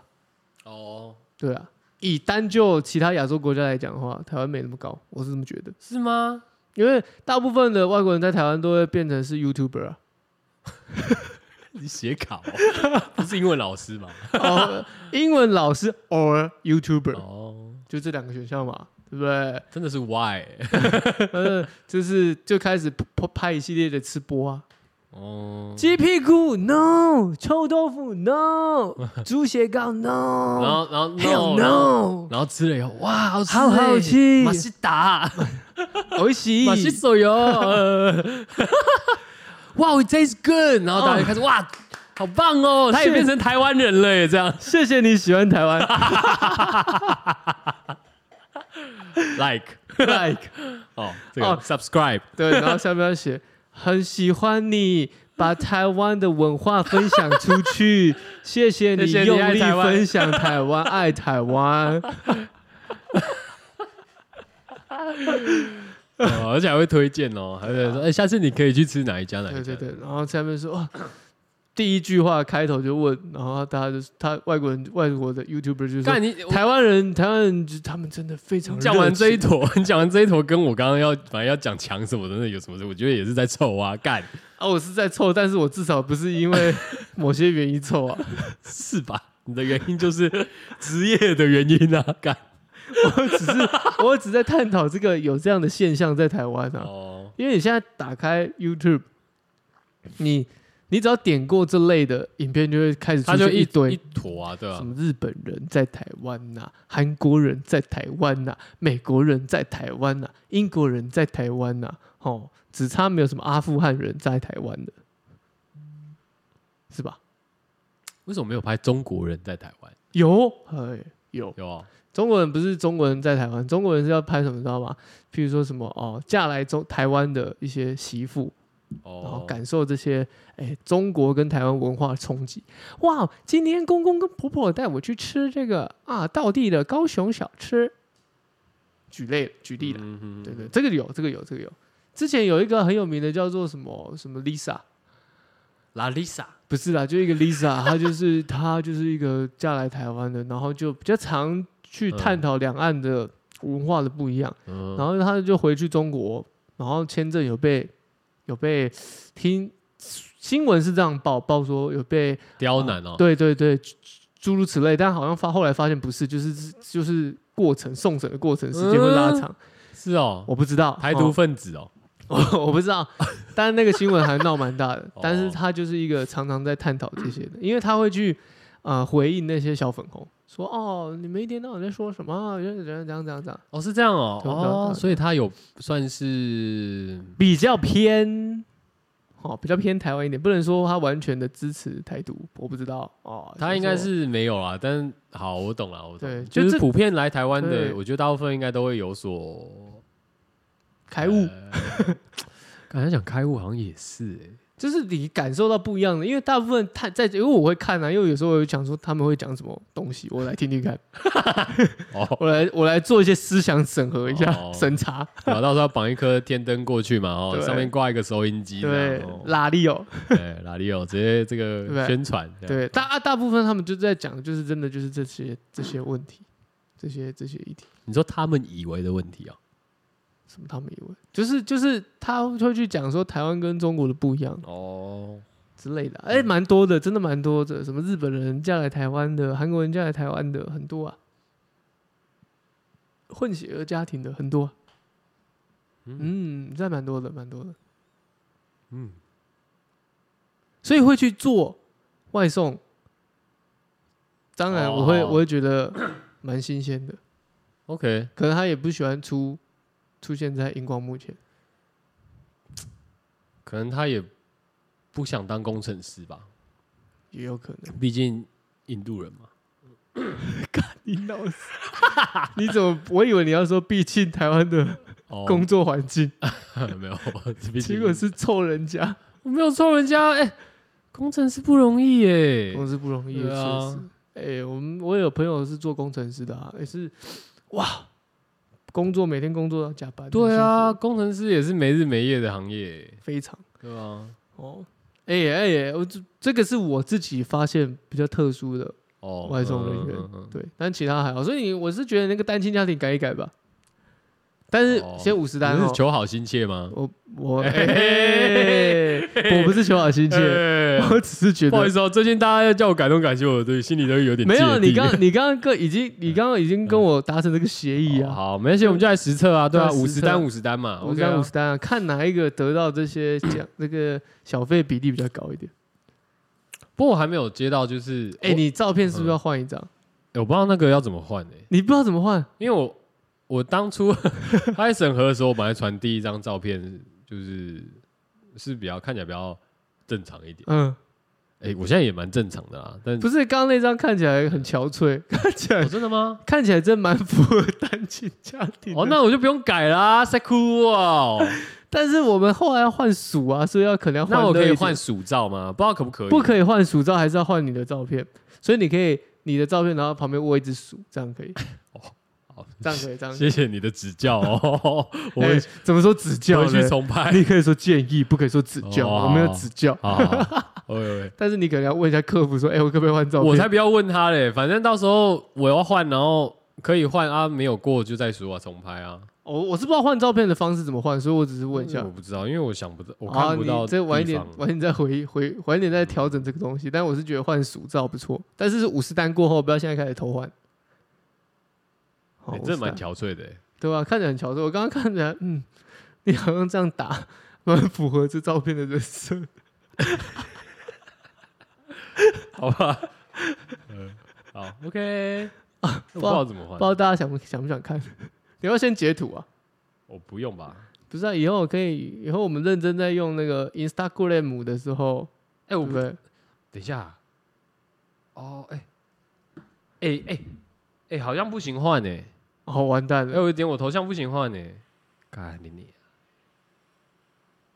Speaker 1: 哦，
Speaker 2: 对啊，以单就其他亚洲国家来讲的话，台湾没那么高，我是这么觉得。
Speaker 1: 是吗？
Speaker 2: 因为大部分的外国人在台湾都会变成是 YouTuber 啊，
Speaker 1: 你写考、哦 不是英文老师吗？
Speaker 2: 哦英文老师 or YouTuber，
Speaker 1: 哦，
Speaker 2: 就这两个选项嘛，对不对？
Speaker 1: 真的是 why？
Speaker 2: 呃， 就是就开始拍拍一系列的吃播啊，
Speaker 1: 哦，
Speaker 2: 鸡屁股 no，臭豆腐 no，猪血糕
Speaker 1: 然
Speaker 2: no，
Speaker 1: 后 然后
Speaker 2: 还有
Speaker 1: 然后
Speaker 2: 哦 no，
Speaker 1: 然后吃了以后，哇，好吃
Speaker 2: 好
Speaker 1: 欸
Speaker 2: 好吃
Speaker 1: 马西 达，
Speaker 2: 美西
Speaker 1: 马西手游，呃 哇，it tastes good，然后大家就开始哇，好棒哦，他也
Speaker 2: 哦是
Speaker 1: 变成台湾人了耶，这样
Speaker 2: 谢谢你喜欢台湾
Speaker 1: like
Speaker 2: ，like
Speaker 1: 哦，这个
Speaker 2: 哦
Speaker 1: subscribe
Speaker 2: 对，然后下面要写很喜欢你把台湾的文化分享出去，谢谢你
Speaker 1: 谢谢你
Speaker 2: 用
Speaker 1: 爱
Speaker 2: 力
Speaker 1: 台湾
Speaker 2: 分享台湾，爱台湾，
Speaker 1: 哦，而且还会推荐哦，还会说，哎，下次你可以去吃哪一家哪一
Speaker 2: 对
Speaker 1: 家，
Speaker 2: 对对，然后下面说哇。第一句话开头就问，然后大家就是他外国人外国的 YouTuber 就说
Speaker 1: 干你我
Speaker 2: 台湾人，台湾人就他们真的非常
Speaker 1: 你讲完
Speaker 2: 热
Speaker 1: 这
Speaker 2: 情
Speaker 1: 一坨， 你讲完这一坨，跟我刚刚要反正要讲强什么的，那有什么事？我觉得也是在臭啊，干
Speaker 2: 啊，我是在凑，但是我至少不是因为 某些原因凑啊，
Speaker 1: 是吧？ 你的原因就是职业的原因啊， 干
Speaker 2: 我只是我只在探讨这个有这样的现象在台湾啊，
Speaker 1: 哦，
Speaker 2: 因为你现在打开 YouTube，你你只要点过这类的影片，就会开始出
Speaker 1: 他就
Speaker 2: 现
Speaker 1: 一
Speaker 2: 堆
Speaker 1: 一坨啊，对吧、
Speaker 2: 什么日本人在台湾呐、韩国人在台湾呐、美国人在台湾呐、英国人在台湾呐、哦，只差没有什么阿富汗人在台湾的，是吧？
Speaker 1: 为什么没有拍中国人在台湾？
Speaker 2: 有，哎，有
Speaker 1: 有啊，
Speaker 2: 中国人不是中国人在台湾，中国人是要拍什么，知道吗？譬如说什么哦，嫁来中台湾的一些媳妇，然后
Speaker 1: 哦，
Speaker 2: 感受这些哎中国跟台湾文化的冲击。哇，今天公公跟婆婆带我去吃这个啊道地的高雄小吃，举例举例了，
Speaker 1: 嗯哼
Speaker 2: 对对，这个有这个有这个有。之前有一个很有名的叫做什么什么 Lisa，
Speaker 1: 拉丽莎
Speaker 2: 不是啦，就一个 Lisa，她就是她就是一个嫁来台湾的，然后就比较常去探讨两岸的文化的不一样，
Speaker 1: 嗯
Speaker 2: 然后她就回去中国，然后签证有被有被听新闻是这样报报说有被
Speaker 1: 刁难哦，
Speaker 2: 对对对诸如此类，但好像发后来发现不是，就是就是过程送审的过程时间会拉长，
Speaker 1: 是哦，
Speaker 2: 我不知道
Speaker 1: 台独
Speaker 2: 哦
Speaker 1: 分子哦，
Speaker 2: 我我不知 道，但那个新闻还闹蛮大的
Speaker 1: 哦。
Speaker 2: 但是他就是一个常常在探讨这些的，因为他会去呃回应那些小粉红，说哦，你们一天到晚在说什么，啊怎样怎样怎样怎样，
Speaker 1: 哦是这样哦，
Speaker 2: 对对对
Speaker 1: 哦，
Speaker 2: 对
Speaker 1: 所以他有算是
Speaker 2: 比较偏哦，比较偏台湾一点，不能说他完全的支持台独，我不知道哦，
Speaker 1: 他应该
Speaker 2: 就是
Speaker 1: 是没有啦，但好，我懂了，我懂了。
Speaker 2: 对
Speaker 1: 就
Speaker 2: 就是这
Speaker 1: 普遍来台湾
Speaker 2: 对
Speaker 1: 的，我觉得大部分应该都会有所
Speaker 2: 开悟，
Speaker 1: 呃刚才讲开悟好像也是、欸，
Speaker 2: 就是你感受到不一样的，因为大部分探在，因为我会看啊，因为有时候我会讲说他们会讲什么东西，我来听听看，
Speaker 1: 哦，
Speaker 2: 我来我来做一些思想审核一下、
Speaker 1: 哦
Speaker 2: 审查，
Speaker 1: 然后到时候要绑一颗天灯过去嘛，哦，
Speaker 2: 对
Speaker 1: 上面挂一个收音机，
Speaker 2: 对
Speaker 1: 这样，哦
Speaker 2: 拉力哦。
Speaker 1: 对，哪里有直接这
Speaker 2: 对不
Speaker 1: 个
Speaker 2: 对
Speaker 1: 宣传，这样，
Speaker 2: 对，大啊大部分他们就在讲，就是真的就是这些这些问题，这些这些议题，
Speaker 1: 你说他们以为的问题哦，
Speaker 2: 什么他们以为，就是就是他会去讲说台湾跟中国的不一样
Speaker 1: 哦，
Speaker 2: 之类的，哎，蛮多的，真的蛮多的，什么日本人嫁来台湾的，韩国人嫁来台湾的很多啊，混血儿家庭的很多、啊，嗯，这蛮多的，蛮多的，
Speaker 1: 嗯，
Speaker 2: 所以会去做外送，当然我会、
Speaker 1: 哦
Speaker 2: 我会觉得 蛮新鲜的。
Speaker 1: ，OK，
Speaker 2: 可能他也不喜欢出出现在荧光幕前。
Speaker 1: 可能他也不想当工程师吧，
Speaker 2: 也有可能。
Speaker 1: 毕竟印度人嘛，
Speaker 2: 你闹死！你怎么？我以为你要说毕竟台湾的
Speaker 1: 哦，
Speaker 2: 工作环境，
Speaker 1: 没有，毕
Speaker 2: 结
Speaker 1: 竟
Speaker 2: 果是臭人家，
Speaker 1: 我没有抽人家，哎、工程师不容易耶、
Speaker 2: 公司不容易，确
Speaker 1: 对啊
Speaker 2: 实。哎，我们我有朋友是做工程师的啊，也是哇，工作每天工作到加班，
Speaker 1: 对啊，
Speaker 2: 很辛
Speaker 1: 工程师也是没日没夜的行业，
Speaker 2: 苦，非常
Speaker 1: 对啊，
Speaker 2: 哦。哎哎哎，我这这个是我自己发现比较特殊的，
Speaker 1: 哦，
Speaker 2: 外送人员
Speaker 1: 嗯嗯嗯
Speaker 2: 对，但其他还好。所以你我是觉得那个单亲家庭改一改吧，但是
Speaker 1: 哦
Speaker 2: 先五十单
Speaker 1: 你
Speaker 2: 哦
Speaker 1: 是。求好心切吗？
Speaker 2: 我我哎， 我不是求好心切，
Speaker 1: 哎
Speaker 2: 我只是觉
Speaker 1: 不好意
Speaker 2: 得
Speaker 1: 思哦，最近大家要叫我感动感谢我，对心里都有点
Speaker 2: 没
Speaker 1: 芥
Speaker 2: 有。
Speaker 1: 蒂
Speaker 2: 你 刚你刚刚跟已经你刚刚已经跟我达成这个协议
Speaker 1: 哦
Speaker 2: 啊，
Speaker 1: 好，没关系，我们就来实测啊，对啊，
Speaker 2: 对啊
Speaker 1: 五
Speaker 2: 实
Speaker 1: 十
Speaker 2: 测
Speaker 1: 单五十单嘛，
Speaker 2: 五
Speaker 1: OK
Speaker 2: 十
Speaker 1: 啊
Speaker 2: 单五十单啊，看哪一个得到这些奖那个小费比例比较高一点。
Speaker 1: 不过我还没有接到，就是
Speaker 2: 哎，
Speaker 1: 我嗯
Speaker 2: 你照片是不是要换一张？
Speaker 1: 我不知道那个要怎么换哎，
Speaker 2: 你不知道怎么换
Speaker 1: 因为我我当初 他在审核的时候，我本来传第一张照片，就是是比较看起来比较正常一点。
Speaker 2: 嗯，
Speaker 1: 哎、我现在也蛮正常的啦，但
Speaker 2: 不是，刚刚那张看起来很憔悴， 看起
Speaker 1: 哦
Speaker 2: 来
Speaker 1: 真的 吗？
Speaker 2: 看起来真蛮符合单亲家庭的。
Speaker 1: 哦，那我就不用改啦，塞酷 哦。
Speaker 2: 但是我们后来要换鼠啊，所以要可能要换
Speaker 1: 那我可以
Speaker 2: 热一点
Speaker 1: 换鼠照吗？不知道可不可以？
Speaker 2: 不可以换鼠照，还是要换你的照片。所以你可以你的照片，然后旁边握一只鼠，这样可以。
Speaker 1: 好
Speaker 2: 这样可以，这样可 以。
Speaker 1: 谢谢你的指教 哦，我会
Speaker 2: 哎怎么说指教
Speaker 1: 回
Speaker 2: 呢？
Speaker 1: 去重拍。
Speaker 2: 你可以说建议，不可以说指教。
Speaker 1: 哎哦
Speaker 2: 我没有指教，
Speaker 1: 好好好喂喂，
Speaker 2: 但是你可能要问一下客服说：“哎、我可不可以换照片？”
Speaker 1: 我才不要问他嘞，反正到时候我要换，然后可以换啊，没有过就再说啊，重拍啊。
Speaker 2: 我哦我是不知道换照片的方式怎么换，所以我只是问一下。
Speaker 1: 我不知道，因为我想不到，嗯我
Speaker 2: 啊，
Speaker 1: 看不
Speaker 2: 你
Speaker 1: 到地方。
Speaker 2: 再晚一点，晚一点再回回晚一点再调整这个东西。但我是觉得换鼠照不错，但是五十单过后不要现在开始偷换。好
Speaker 1: 哎这蛮
Speaker 2: 50单
Speaker 1: 憔悴的欸。
Speaker 2: 对吧、看起来很憔悴。我刚刚看起来，嗯，你好像这样打， 蛮符合这照片的人设。
Speaker 1: 好吧， 嗯，好，OK，我不 知道怎么
Speaker 2: 不
Speaker 1: 换
Speaker 2: 知，道大家想不想不想看？你要先截图啊？
Speaker 1: 我哦不用吧？
Speaker 2: 不是啊，以后可以，以后我们认真在用那个 Instagram 的时候，
Speaker 1: 哎，
Speaker 2: 对
Speaker 1: 我
Speaker 2: 不
Speaker 1: 不，
Speaker 2: 对？
Speaker 1: 等一下，哦，哎，哎哎哎，好像不行换呢，
Speaker 2: 哦，完蛋
Speaker 1: 哎，
Speaker 2: 了，
Speaker 1: 我点我头像不行换呢，干你你，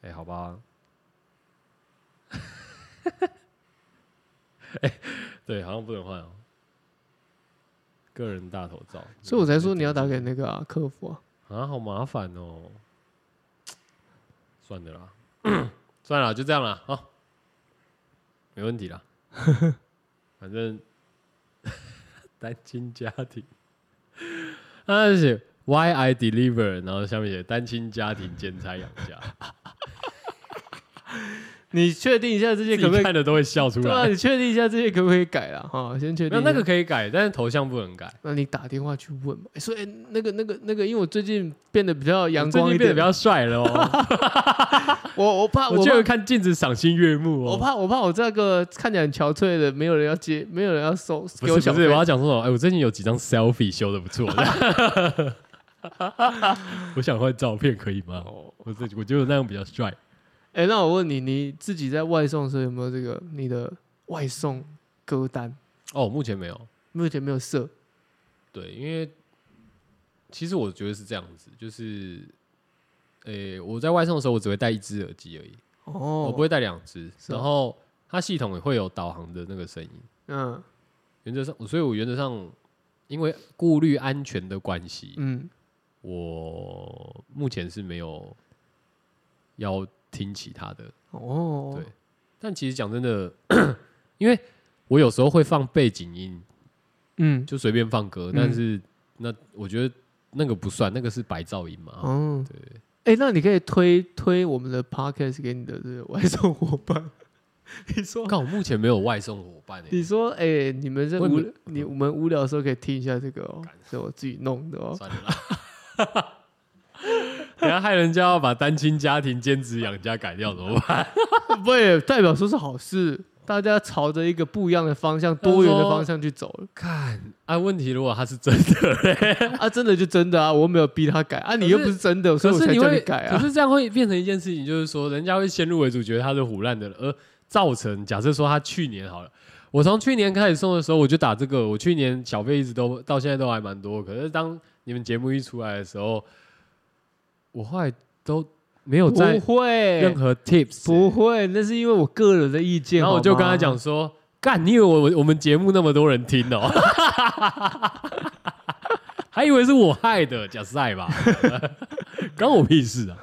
Speaker 1: 哎，好吧， 哎，对，好像不能换哦，个人大头照，
Speaker 2: 所以我才说你要打给那个啊客服啊。
Speaker 1: 啊，好麻烦哦。算的啦， 算了，就这样啦，好，没问题 啦。反正 单亲家庭，他写 Why I deliver，然后下面写单亲家庭兼差养家，
Speaker 2: 你确定一下这些
Speaker 1: 自
Speaker 2: 可不
Speaker 1: 己
Speaker 2: 可以？
Speaker 1: 看的都会笑出
Speaker 2: 对啊，
Speaker 1: 来。啊
Speaker 2: 你确定一下这些可不可以改了哈？先确
Speaker 1: 没
Speaker 2: 定
Speaker 1: 有
Speaker 2: 一下
Speaker 1: 那个可以改，但是头像不能改。
Speaker 2: 那你打电话去问嘛。哎，说哎，那个、那个、那个，因为我最近变得比较阳
Speaker 1: 我
Speaker 2: 光
Speaker 1: 最近
Speaker 2: 一
Speaker 1: 变得
Speaker 2: 点，
Speaker 1: 比较帅了 哦，
Speaker 2: 我我怕
Speaker 1: 我
Speaker 2: 我
Speaker 1: 就
Speaker 2: 怕
Speaker 1: 会看镜子赏心悦目哦。
Speaker 2: 我怕我怕我这个看起来很憔悴的，没有人要接，没有人要收
Speaker 1: 不
Speaker 2: 给我
Speaker 1: 是
Speaker 2: 小
Speaker 1: 不是，
Speaker 2: 费
Speaker 1: 我。要讲说，哎，我最近有几张 selfie 修的不错， 我想换照片可以吗？
Speaker 2: 哦，
Speaker 1: 我自己我觉得那样比较帅。
Speaker 2: 哎、那我问你，你自己在外送的时候有没有这个你的外送歌单？
Speaker 1: 哦，目前没有，
Speaker 2: 目前没有设，
Speaker 1: 对，因为其实我觉得是这样子，就是，诶、我在外送的时候，我只会带一只耳机而已，
Speaker 2: 哦，
Speaker 1: 我不，会带两只，
Speaker 2: 是哦
Speaker 1: 然后它系统也会有导航的那个声音，
Speaker 2: 嗯
Speaker 1: 原则上，所以我原则上因为顾虑安全的关系，
Speaker 2: 嗯，
Speaker 1: 我目前是没有要听其他的。
Speaker 2: 哦，
Speaker 1: 对但其实讲真的， 因为我有时候会放背景音，
Speaker 2: 嗯，
Speaker 1: 就随便放歌，
Speaker 2: 嗯
Speaker 1: 但是那我觉得那个不算，那个是白噪音嘛。
Speaker 2: 哦，
Speaker 1: 啊对，
Speaker 2: 哎、那你可以推推我们的 podcast 给你的这个 外送伙伴， 你说。
Speaker 1: 看我目前没有外送伙伴哎、
Speaker 2: 你说，哎、你们这
Speaker 1: 我也
Speaker 2: 无
Speaker 1: 没
Speaker 2: 你我们无聊的时候可以听一下这个哦，是我自己弄的 哦。
Speaker 1: 算了啦。 等一下害人家要把单亲家庭兼职养家改掉怎么办？
Speaker 2: 哦不也代表说是好事，大家朝着一个不一样的方向、多元的方向去走 了
Speaker 1: 看啊，问题如果他是真的嘞，
Speaker 2: 啊！真的就真的啊，我又没有逼他改啊，你又不是真的，所以我才
Speaker 1: 你
Speaker 2: 叫
Speaker 1: 会
Speaker 2: 你改
Speaker 1: 可
Speaker 2: 啊。
Speaker 1: 是这样会变成一件事情，就是说人家会先入为主，觉得他是胡乱的，而造成假设说他去年好了，我从去年开始送的时候我就打这个，我去年小费一直都到现在都还蛮多，可是当你们节目一出来的时候，我后来都没有
Speaker 2: 不
Speaker 1: 在任
Speaker 2: 会，
Speaker 1: 何 tips，
Speaker 2: 不会，那是因为我个人的意见。
Speaker 1: 然后我就跟他
Speaker 2: 好吗
Speaker 1: 讲，说， 干，你以为我我们节目那么多人听哦？还以为是我害的，假赛吧，关我屁事啊！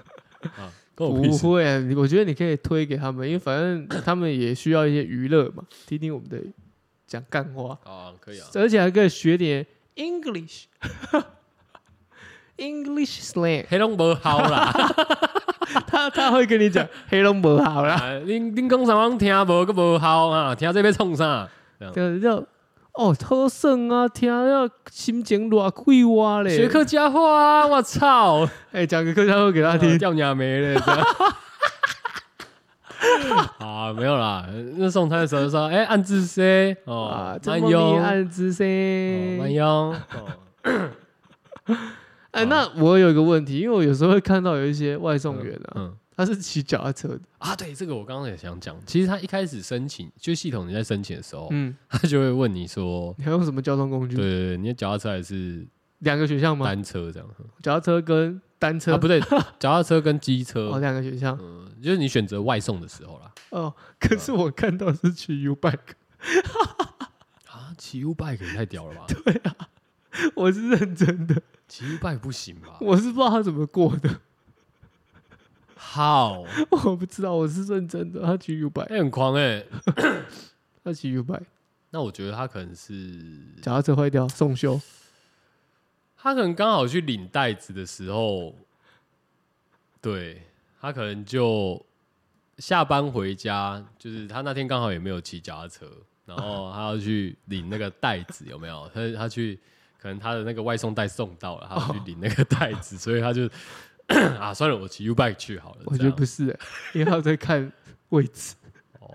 Speaker 1: 啊，关我屁
Speaker 2: 不
Speaker 1: 事。
Speaker 2: 会啊，你我觉得你可以推给他们，因为反正他们也需要一些娱乐嘛，听听我们的讲干话，
Speaker 1: 啊，可以啊，
Speaker 2: 而且还可以学点 English。English slang，
Speaker 1: 黑龙不好啦，
Speaker 2: 他他会跟你 讲黑龙不好啦，
Speaker 1: 啊恁恁讲啥我听无个无好啊，听这要创啥？
Speaker 2: 对，就哦好耍啊，听了心情偌快活嘞。
Speaker 1: 学客家话啊，我操！
Speaker 2: 哎，讲个客家话给他
Speaker 1: 啊
Speaker 2: 听，
Speaker 1: 掉牙没了。这样 啊，没有啦。那送餐的时候就说：“哎、按字 C
Speaker 2: 啊
Speaker 1: 哦，，
Speaker 2: 这
Speaker 1: 慢
Speaker 2: 么
Speaker 1: 悠，
Speaker 2: 厉
Speaker 1: 哦
Speaker 2: 害之
Speaker 1: 慢
Speaker 2: 声。
Speaker 1: 悠。哦
Speaker 2: 哎，那我有一个问题，因为我有时候会看到有一些外送员啊，
Speaker 1: 嗯
Speaker 2: 他是骑脚踏车的，
Speaker 1: 啊，对，这个我刚刚也想讲。其实他一开始申请，就系统你在申请的时候，
Speaker 2: 嗯，
Speaker 1: 他就会问你说
Speaker 2: 你还用什么交通工：“
Speaker 1: 对
Speaker 2: 具？
Speaker 1: 对对，你的脚踏车还是
Speaker 2: 两个选项吗？
Speaker 1: 单车这样？
Speaker 2: 脚踏车跟单车
Speaker 1: 啊， 不对，脚踏车跟机
Speaker 2: 哦，
Speaker 1: 车，
Speaker 2: 两个选项
Speaker 1: 嗯，就是你选择外送的时候啦。
Speaker 2: 哦。可是我看到是骑 U bike，
Speaker 1: 啊，骑 U bike 也太屌了吧？
Speaker 2: 我是认真的，
Speaker 1: 骑 U bike 不行吧？
Speaker 2: 我是不知道他怎么过的，
Speaker 1: 好，
Speaker 2: 我不知道，我是认真的。他骑 U bike，
Speaker 1: 那很狂哎、
Speaker 2: 他骑 U bike，
Speaker 1: 那我觉得他可能是
Speaker 2: 脚踏车坏掉送修，
Speaker 1: 他可能刚好去领袋子的时候，对他可能就下班回家，就是他那天刚好也没有骑脚踏车，然后他要去领那个袋子，有没有？ 他他去可能他的那个外送袋送到了，他要去领那个袋子，所以他就 啊，算了，我骑 U bike 去好了。
Speaker 2: 哦我
Speaker 1: 这
Speaker 2: 觉得
Speaker 1: 样
Speaker 2: 不是、欸，因为他在看位置，
Speaker 1: 哦，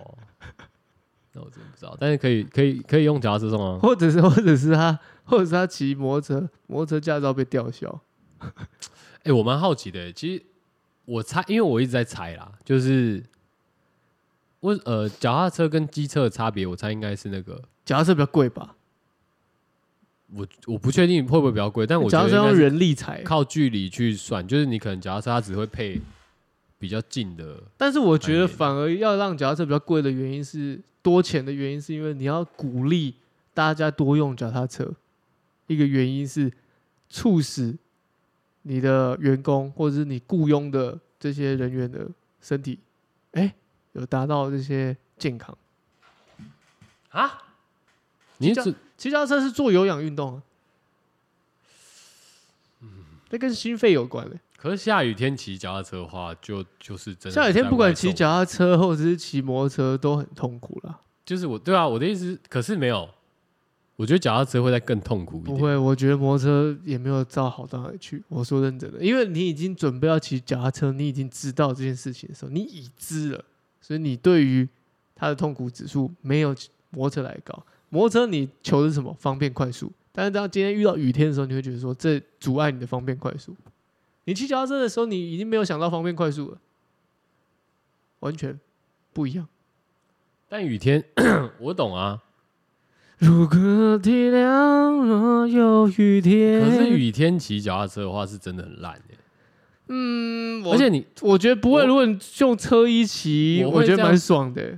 Speaker 1: 那我真的不知道，但是可以可以可以用脚踏车送啊。
Speaker 2: 或者是或者是他或者是他骑摩托车，摩托车驾照被吊销。
Speaker 1: 哎、我蛮好奇的，其实我猜，因为我一直在猜啦，就是我呃，脚踏车跟机车的差别，我猜应该是那个，
Speaker 2: 脚踏车比较贵吧？
Speaker 1: 我我不确定会不会比较贵，但我觉
Speaker 2: 脚
Speaker 1: 得
Speaker 2: 踏车
Speaker 1: 应该
Speaker 2: 用
Speaker 1: 是
Speaker 2: 人力踩，
Speaker 1: 靠距离去算，就是你可能脚踏车它只会配比较近的，
Speaker 2: 但是我觉得
Speaker 1: 哎
Speaker 2: 反而要让脚踏车比较贵的原因是多钱的原因，是因为你要鼓励大家多用脚踏车。一个原因是促使你的员工或者是你雇佣的这些人员的身体，哎、有达到这些健康。
Speaker 1: 你
Speaker 2: 脚
Speaker 1: 只
Speaker 2: 骑脚踏车是做有氧运动啊，嗯，那跟心肺有关的、欸
Speaker 1: 可是下雨天骑脚踏车的话，就就是真的
Speaker 2: 下雨天
Speaker 1: 在
Speaker 2: 不管
Speaker 1: 外
Speaker 2: 骑
Speaker 1: 送，
Speaker 2: 脚踏车或者是骑摩托车都很痛苦啦。
Speaker 1: 就是我对啊，我的意思是，可是没有，我觉得脚踏车会再更痛苦一点，
Speaker 2: 不会，我觉得摩托车也没有照好到哪里去。我说认真的，因为你已经准备要骑脚踏车，你已经知道这件事情的时候，你已知了，所以你对于它的痛苦指数没有摩托车来高。摩托车你求的是什么？方便快速。但是当今天遇到雨天的时候，你会觉得说这阻碍你的方便快速。你骑脚踏车的时候，你已经没有想到方便快速了，完全不一样。
Speaker 1: 但雨天 我懂啊，
Speaker 2: 如果体谅若有雨天，
Speaker 1: 可是雨天骑脚踏车的话是真的很烂耶、
Speaker 2: 嗯，我
Speaker 1: 而且你
Speaker 2: 我觉得不会，
Speaker 1: 我
Speaker 2: 如果你用车衣骑，
Speaker 1: 我
Speaker 2: 我
Speaker 1: 会
Speaker 2: 觉
Speaker 1: 这
Speaker 2: 得
Speaker 1: 样
Speaker 2: 蛮爽的。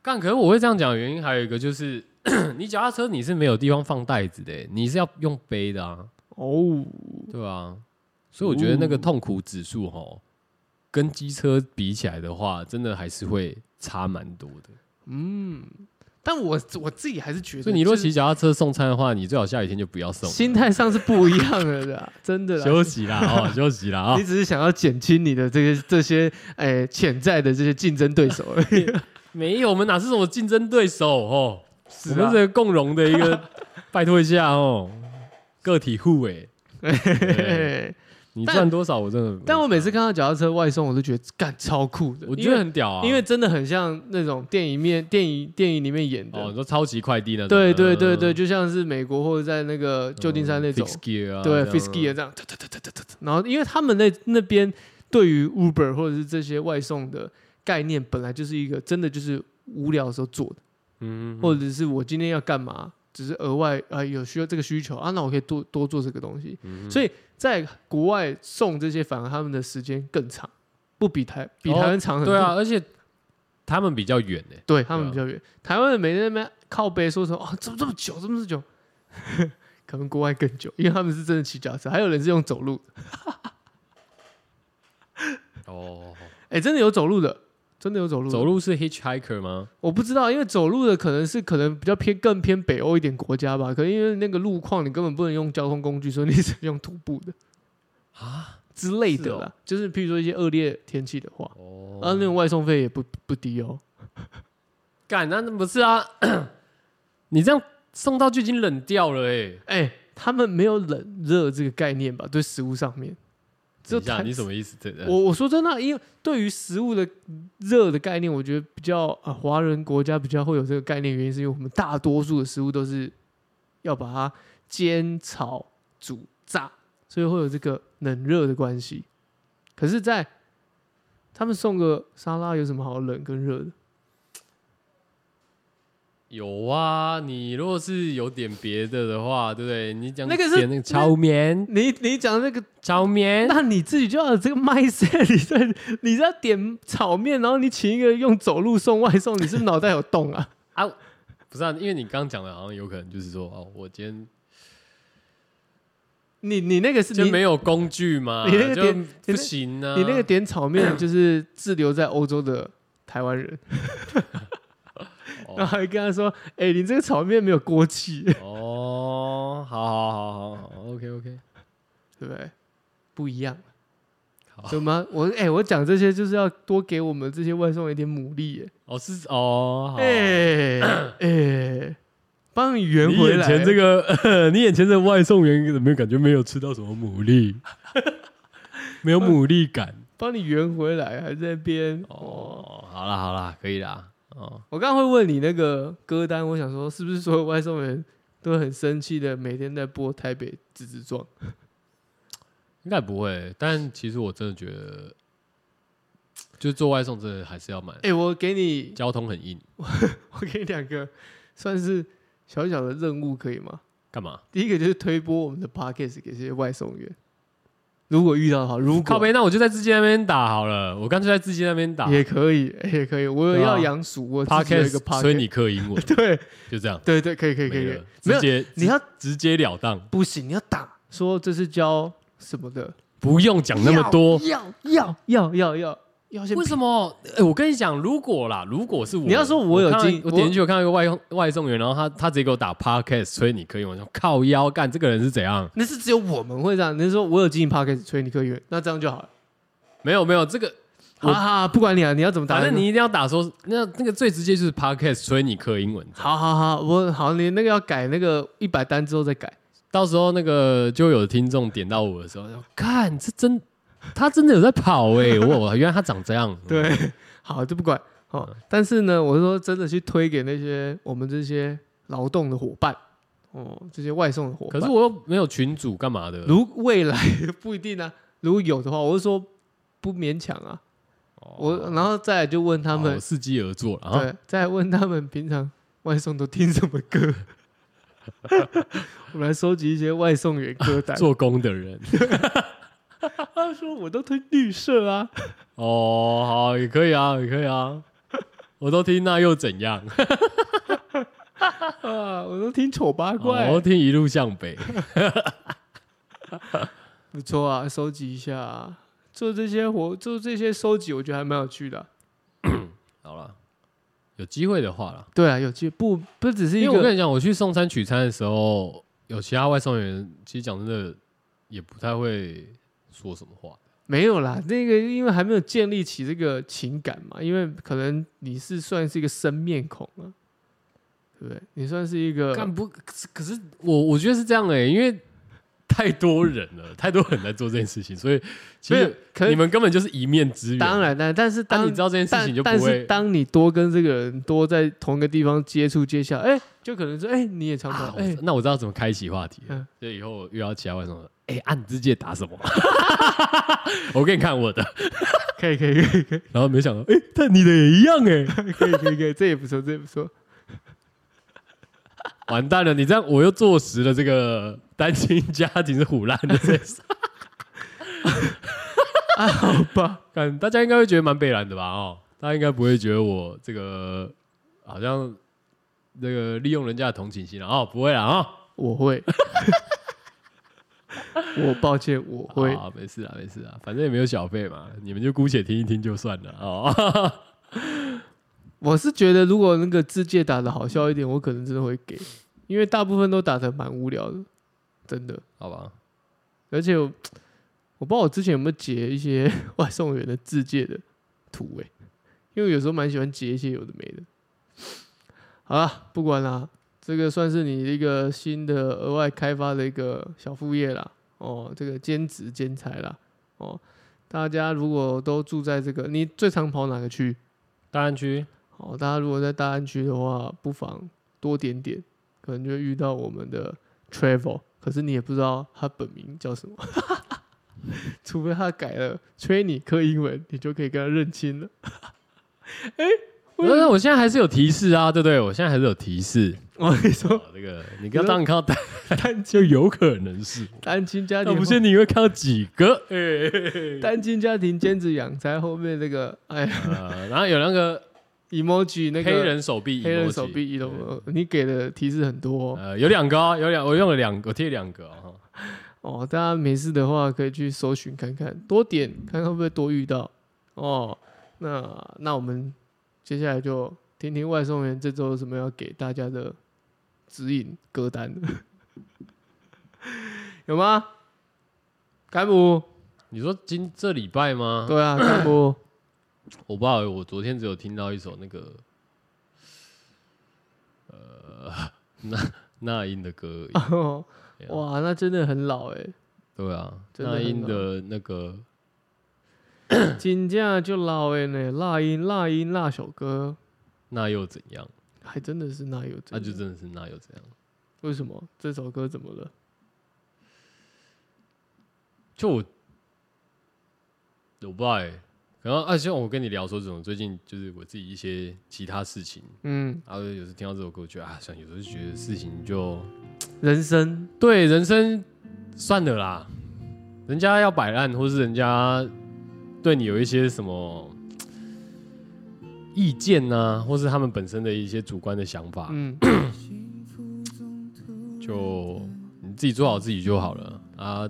Speaker 1: 干，可是我会这样讲的原因还有一个就是， 你脚踏车你是没有地方放袋子的耶、欸你是要用背的啊，
Speaker 2: 哦，
Speaker 1: 对啊，所以我觉得那个痛苦指数吼，跟机车比起来的话，真的还是会差蛮多的。嗯
Speaker 2: 但我我自己还是觉得，
Speaker 1: 所以你若
Speaker 2: 就是
Speaker 1: 骑脚踏车送餐的话，你最好下雨天就不要送了，
Speaker 2: 心态上是不一样 的啦，真的啦。
Speaker 1: 休息啦，哦，休息啦啊、
Speaker 2: 你只是想要减轻你的这些这些哎潜在的这些竞争对手而已。
Speaker 1: 没有，我们哪是什么竞争对手哦？
Speaker 2: 是
Speaker 1: 我
Speaker 2: 啊
Speaker 1: 们这个共荣的一 个，拜托一下哦，个体户哎、 对你
Speaker 2: 但
Speaker 1: 赚多少我真的，
Speaker 2: 但我每次看到脚踏车外送，我都觉得干超酷的，
Speaker 1: 我
Speaker 2: 因
Speaker 1: 觉得
Speaker 2: 为
Speaker 1: 很屌啊，
Speaker 2: 因为真的很像那种电影面电影电影里面演
Speaker 1: 哦，你
Speaker 2: 的。
Speaker 1: 说超级快递那种，
Speaker 2: 对对对对，
Speaker 1: 嗯，
Speaker 2: 就像是美国或者在那个旧金山那种
Speaker 1: f i，s gear 啊，
Speaker 2: 对 f
Speaker 1: 这
Speaker 2: i
Speaker 1: 样
Speaker 2: s k y 这样，哒哒哒哒哒哒哒然后因为他们那那边对于 Uber 或者是这些外送的概念，本来就是一个真的就是无聊的时候做的，
Speaker 1: 嗯，
Speaker 2: 或者是我今天要干嘛，只是额外啊、呃有需要这个需求啊，那我可以多多做这个东西。
Speaker 1: 嗯
Speaker 2: 所以在国外送这些，反而他们的时间更长，不比台比台湾长很多。
Speaker 1: 对啊，而且他们比较远呢，
Speaker 2: 对他们比较远。台湾人每天在那边靠背说什么哦，怎么这么久，怎么这么久？ 可能国外更久，因为他们是真的骑脚踏车，还有人是用走路的。
Speaker 1: 哦，
Speaker 2: 哎、真的有走路的，真的有走路的。
Speaker 1: 走路是 hitchhiker 吗？
Speaker 2: 我不知道，因为走路的可能是可能比较偏更偏北欧一点国家吧，可能因为那个路况你根本不能用交通工具，所以你是用徒步的
Speaker 1: 啊
Speaker 2: 之类的
Speaker 1: 是
Speaker 2: 啦。
Speaker 1: 哦
Speaker 2: 就是譬如说一些恶劣天气的话，
Speaker 1: 哦，
Speaker 2: 啊，那种外送费也不不低哦。
Speaker 1: 干那不是 啊？你这样送到就已经冷掉了哎、欸。
Speaker 2: 哎、他们没有冷热这个概念吧？对食物上面，只有
Speaker 1: 等一下，
Speaker 2: 台
Speaker 1: 你什么意思？这呃
Speaker 2: 我我说真的啊，因为对于食物的热的概念，我觉得比较啊，华人国家比较会有这个概念，原因是因为我们大多数的食物都是要把它煎、炒、煮、炸，所以会有这个冷热的关系。可是，在他们送个沙拉有什么好冷跟热的？
Speaker 1: 有啊，你如果是有点别的的话，对不对？你讲
Speaker 2: 那个是
Speaker 1: 点那个炒面，
Speaker 2: 你你讲的那个，
Speaker 1: 炒面，
Speaker 2: 那你自己就要有这个 mindset，你 在你在点炒面，然后你请一个用走路送外送，你是不是脑袋有洞啊？
Speaker 1: 不是啊？因为你刚讲的，好像有可能就是说，哦，我今天
Speaker 2: 你你那个是
Speaker 1: 就
Speaker 2: 你
Speaker 1: 没有工具嘛，
Speaker 2: 你那个
Speaker 1: 就
Speaker 2: 点
Speaker 1: 不行啊。
Speaker 2: 你那个点炒面
Speaker 3: 嗯
Speaker 2: 就是滞留在欧洲的台 湾人，然
Speaker 1: 哦
Speaker 2: 后还跟他说：“哎、你这个炒面没有锅气，
Speaker 1: 哦，好好好好好，OK OK，
Speaker 2: 对不对？不一样。”
Speaker 1: 好
Speaker 2: 怎么？我哎、我讲这些就是要多给我们这些外送人一点努力耶！
Speaker 1: 哦是哦，好。
Speaker 2: 哎哎，帮、你圆
Speaker 3: 你
Speaker 2: 回
Speaker 3: 眼
Speaker 2: 来。
Speaker 3: 前这 个，你眼前这外送员怎么感觉没有吃到什么牡 蛎？没有牡蛎感。
Speaker 2: 帮你圆回来，还在那边哦。
Speaker 1: 哦，好啦好啦，可以啦。哦，
Speaker 2: 我刚刚会问你那个歌单，我想说是不是所有外送人都很生气的，每天在播台北自自撞？
Speaker 1: 应该不会。但其实我真的觉得，就做外送真的还是要买，
Speaker 2: 哎、我给你
Speaker 1: 交通很硬，
Speaker 2: 我给你两个算是小小的任务，可以吗？
Speaker 1: 干嘛？
Speaker 2: 第一个就是推播我们的 podcast 给这些外送员，如果遇到的话，如果
Speaker 1: 靠背，那我就在自己那边打好了，我干脆在自己那边打。
Speaker 2: 也可以，也可以。我有
Speaker 1: 对啊
Speaker 2: 要养鼠，我自己有一个
Speaker 1: Podcast，所以
Speaker 2: podcast，，
Speaker 1: 你克英文
Speaker 2: 对
Speaker 1: 就这样，
Speaker 2: 对对，可以可以可以
Speaker 1: 没
Speaker 2: 可以
Speaker 1: 了，
Speaker 2: 没
Speaker 1: 直
Speaker 2: 有，
Speaker 1: 接
Speaker 2: 你要
Speaker 1: 直接了当，
Speaker 2: 不行，你要打说这是教什么的，
Speaker 1: 不用讲那么多。
Speaker 2: 要要要要要要先
Speaker 1: 为什么？哎，我跟你讲，如果啦，如果是我，
Speaker 2: 你要说我有
Speaker 1: 看到
Speaker 2: 经
Speaker 1: 我
Speaker 2: 我
Speaker 1: 点进去，我看到一个外送外送员，然后他他直接给我打 Podcast，所以你可以，我说靠腰干，这个人是怎样？
Speaker 2: 那是只有我们会这样，你是说我有经营 podcast 吹你可以，那这样就好了。
Speaker 1: 没有没有，这个我
Speaker 2: 哈哈，不管你啊，你要怎么打，
Speaker 1: 反正你一定要打说，那那个最直接就是 podcast，所以你刻英文，
Speaker 2: 好好好，我好，你那个要改那个一百单之后再改。
Speaker 1: 到时候那个就有听众点到我的时候，说看这真，他真的有在跑哎、 欸，我原来他长这样，
Speaker 2: 对， 好就不管
Speaker 1: 嗯
Speaker 2: 哦。但是呢，我是说真的去推给那些我们这些劳动的伙伴，哦，这些外送的伙
Speaker 1: 可
Speaker 2: 伴。
Speaker 1: 是我又没有群主干嘛的，
Speaker 2: 如未来 不一定啊，如果有的话，我是说不勉强啊。我然后再来就问他
Speaker 1: 哦
Speaker 2: 们
Speaker 1: 我，伺机而坐了啊，
Speaker 2: 对，再来问他们平常外送都听什么歌。 我们来收集一些外送员歌 单。
Speaker 1: 做工的人
Speaker 2: 他说我都听绿色啊，
Speaker 1: 哦，好也可以啊，也可以啊，我都听那又怎样？
Speaker 2: 啊，我都听丑八 怪。
Speaker 1: 哦我都听一路向北，
Speaker 2: 不错啊，收集一下啊、做这些活，做这些收集，我觉得还蛮有趣的啊、
Speaker 1: 好了，有机会的话啦。
Speaker 2: 对啊，有趣不不只是一
Speaker 1: 因为我跟
Speaker 2: 个
Speaker 1: 你讲，我去送餐取餐的时候，有其他外送员，其实讲真的也不太会说什么话。
Speaker 2: 没有啦，那个因为还没有建立起这个情感嘛，因为可能你是算是一个生面孔啊，对不对？你算是一个
Speaker 1: 干不，可是可是我我觉得是这样哎、因为太多人了，太多人来做这件事情，所以其
Speaker 2: 没有
Speaker 1: 实，
Speaker 2: 可
Speaker 1: 你
Speaker 2: 是
Speaker 1: 们根本就是一面之缘。
Speaker 2: 当，然但但是
Speaker 1: 当
Speaker 2: 当
Speaker 1: 你知道这件事情就不
Speaker 2: 但但是
Speaker 1: 会。
Speaker 2: 当你多跟这个人多在同一个地方接触接下，哎，就可能说哎你也常常
Speaker 1: 啊我
Speaker 2: 哎
Speaker 1: 那我知道怎么开启话题了，
Speaker 2: 嗯
Speaker 1: 所以以后我遇到其他外送员，哎、啊，你这届打什么？ 我给你看我的，
Speaker 2: 可以可以可以可以
Speaker 1: 然后没想到，哎、但你的也一样哎、
Speaker 2: 可以可以可以，这也不错这也不错，
Speaker 1: 完蛋了！你这样我又坐实了这个单亲家庭是虎烂的这件事。
Speaker 2: 好吧。
Speaker 1: 看大家应该会觉得蛮北蓝的吧？哦，大家应该不会觉得我这个好像那个利用人家的同情心了哦，不会啦啊、哦！
Speaker 2: 我会， 我抱歉，我会。
Speaker 1: 啊，没事啊，没事啊，反正也没有小费嘛，你们就姑且听一听就算了哦。
Speaker 2: 我是觉得，如果那个字界打的好笑一点，我可能真的会给，因为大部分都打的蛮无聊的，真的。
Speaker 1: 好吧，
Speaker 2: 而且我我不知道我之前有没有截一些 外送员的自介的图诶、因为有时候蛮喜欢截一些有的没的。好了，不管啦，这个算是你一个新的额外开发的一个小副业啦，哦，这个兼职兼差啦，哦，大家如果都住在这个，你最常跑哪个区？
Speaker 1: 大安区
Speaker 2: 哦，大家如果在大安区的话，不妨多点点，可能就会遇到我们的 Travel，可是你也不知道他本名叫什么， 除非他改了催你刻英文，你就可以跟他认亲了。
Speaker 1: 不是，我现在还是有提示啊，对不对？我现在还是有提示。
Speaker 2: 我跟你说，
Speaker 1: 哦这个你刚当靠单，
Speaker 2: 单
Speaker 1: 就有可能是，
Speaker 2: 单亲家
Speaker 1: 那
Speaker 2: 庭
Speaker 1: 不
Speaker 2: 后
Speaker 1: 是你会靠几个？ 哎、
Speaker 2: 单亲家庭兼职养才后面那个哎
Speaker 1: 呃，然后有那个
Speaker 2: emoji 那
Speaker 1: 黑
Speaker 2: 个
Speaker 1: 人手臂，
Speaker 2: 黑人手，臂 e m 你给的提示很多哦
Speaker 1: 呃，有两个、哦，有两，我用了两，我贴两个哦。
Speaker 2: 哦，大家没事的话可以去搜寻看看，多点看看会不会多遇到哦。那那我们接下来就听听外送员这周有什么要给大家的指引歌单， 有吗？甘姆，
Speaker 1: 你说今这礼拜吗？
Speaker 2: 对啊，甘姆，
Speaker 1: 我不知道，我昨天只有听到一首那个，呃，那那英的歌而已，
Speaker 2: 哦哇，那真的很老哎、
Speaker 1: 对啊，
Speaker 2: 真的
Speaker 1: 那
Speaker 2: 很
Speaker 1: 英的那个
Speaker 2: 真正就老哎呢，那英那英那首歌，
Speaker 1: 那又怎样？
Speaker 2: 还真的是那有
Speaker 1: 那
Speaker 2: 真
Speaker 1: 啊就
Speaker 2: 的，
Speaker 1: 真的是那又怎样？
Speaker 2: 为什么这首歌怎么了？
Speaker 1: 就我我不知道哎、然后啊，像我跟你聊说，这种最近就是我自己一些其他事情，
Speaker 2: 嗯，
Speaker 1: 然后有时听到这首歌，我觉得啊，算了，有时候就觉得事情就
Speaker 2: 人生
Speaker 1: 对人生算了啦，人家要摆烂，或是人家对你有一些什么意见呐、或是他们本身的一些主观的想法，
Speaker 2: 嗯，
Speaker 1: 就你自己做好自己就好了啊。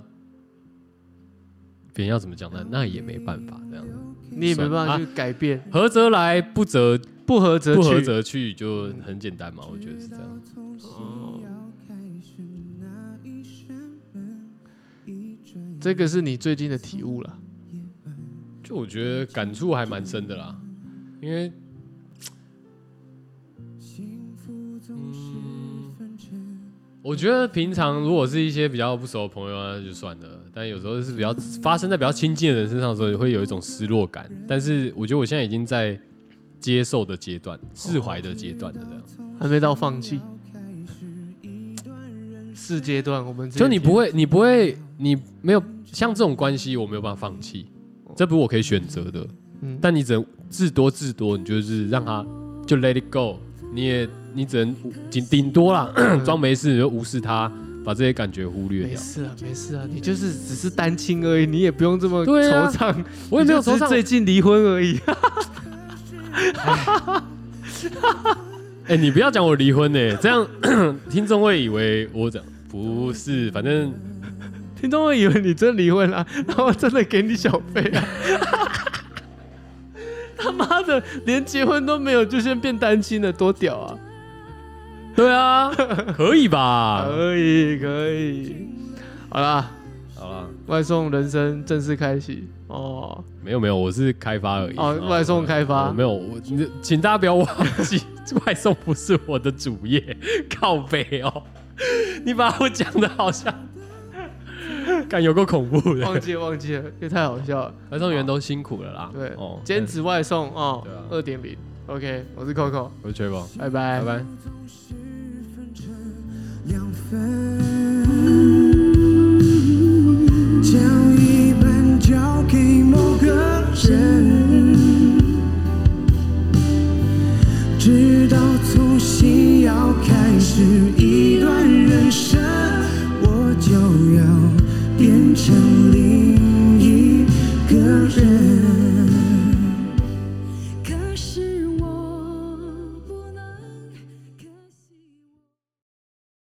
Speaker 1: 别人要怎么讲呢？那也没办法，这样
Speaker 2: 你也没办法去改变，
Speaker 1: 合则来，不则
Speaker 2: 不合则去。
Speaker 1: 啊不合则去，就很简单嘛。我觉得是这样。
Speaker 2: 这个是你最近的体悟了。
Speaker 1: 就我觉得感触还蛮深的啦，因为，嗯，我觉得平常如果是一些比较不熟的朋友啊，那就算了。但有时候是比较发生在比较亲近的人身上的时候，也会有一种失落感。但是我觉得我现在已经在接受的阶段、释怀的阶段的这样。
Speaker 2: 还没到放弃。四阶段，我们
Speaker 1: 就你不
Speaker 2: 会
Speaker 1: 会，你不会，你没有像这种关系，我没有办法放弃，这不是我可以选择的。
Speaker 2: 嗯
Speaker 1: 但你只能至多至多，你就是让他就 let it go，你也你只能顶顶多 啦，装没事就无视他，把这些感觉忽略
Speaker 2: 没
Speaker 1: 掉。
Speaker 2: 事啊，没事啊，你就是只是单亲而已，你也不用这么
Speaker 1: 对啊
Speaker 2: 惆怅。
Speaker 1: 我也没有头
Speaker 2: 你就只是
Speaker 1: 上，
Speaker 2: 最近离婚而已。
Speaker 1: 哎、你不要讲我离婚呢、这样 听众会以为我讲不是，反正
Speaker 2: 听众会以为你真离婚了， 然后真的给你小费啊。 他妈的，连结婚都没有就先变单亲了，多屌啊！
Speaker 1: 对 啊，可以吧？
Speaker 2: 可以可以，好啦，
Speaker 1: 好了，
Speaker 2: 外送人生正式开启 哦。
Speaker 1: 没有没有，我是开发而已。
Speaker 2: 哦外送开发
Speaker 1: 我没有我，你请大家不要忘记， 外送不是我的主业， 靠北哦。 你把我讲的好像，感有够恐怖的。
Speaker 2: 忘记了忘记了，这太好笑了。
Speaker 1: 外送员都辛苦了啦。
Speaker 2: 对，
Speaker 1: 哦，
Speaker 2: 兼职外送哦
Speaker 1: 对啊，
Speaker 2: 二点零。OK，我是 Coco，
Speaker 1: 我是 t r
Speaker 2: 拜拜
Speaker 1: 拜拜。
Speaker 4: 两分，将一半交给某个人，直到从新要开始一段人生，我就要变成另。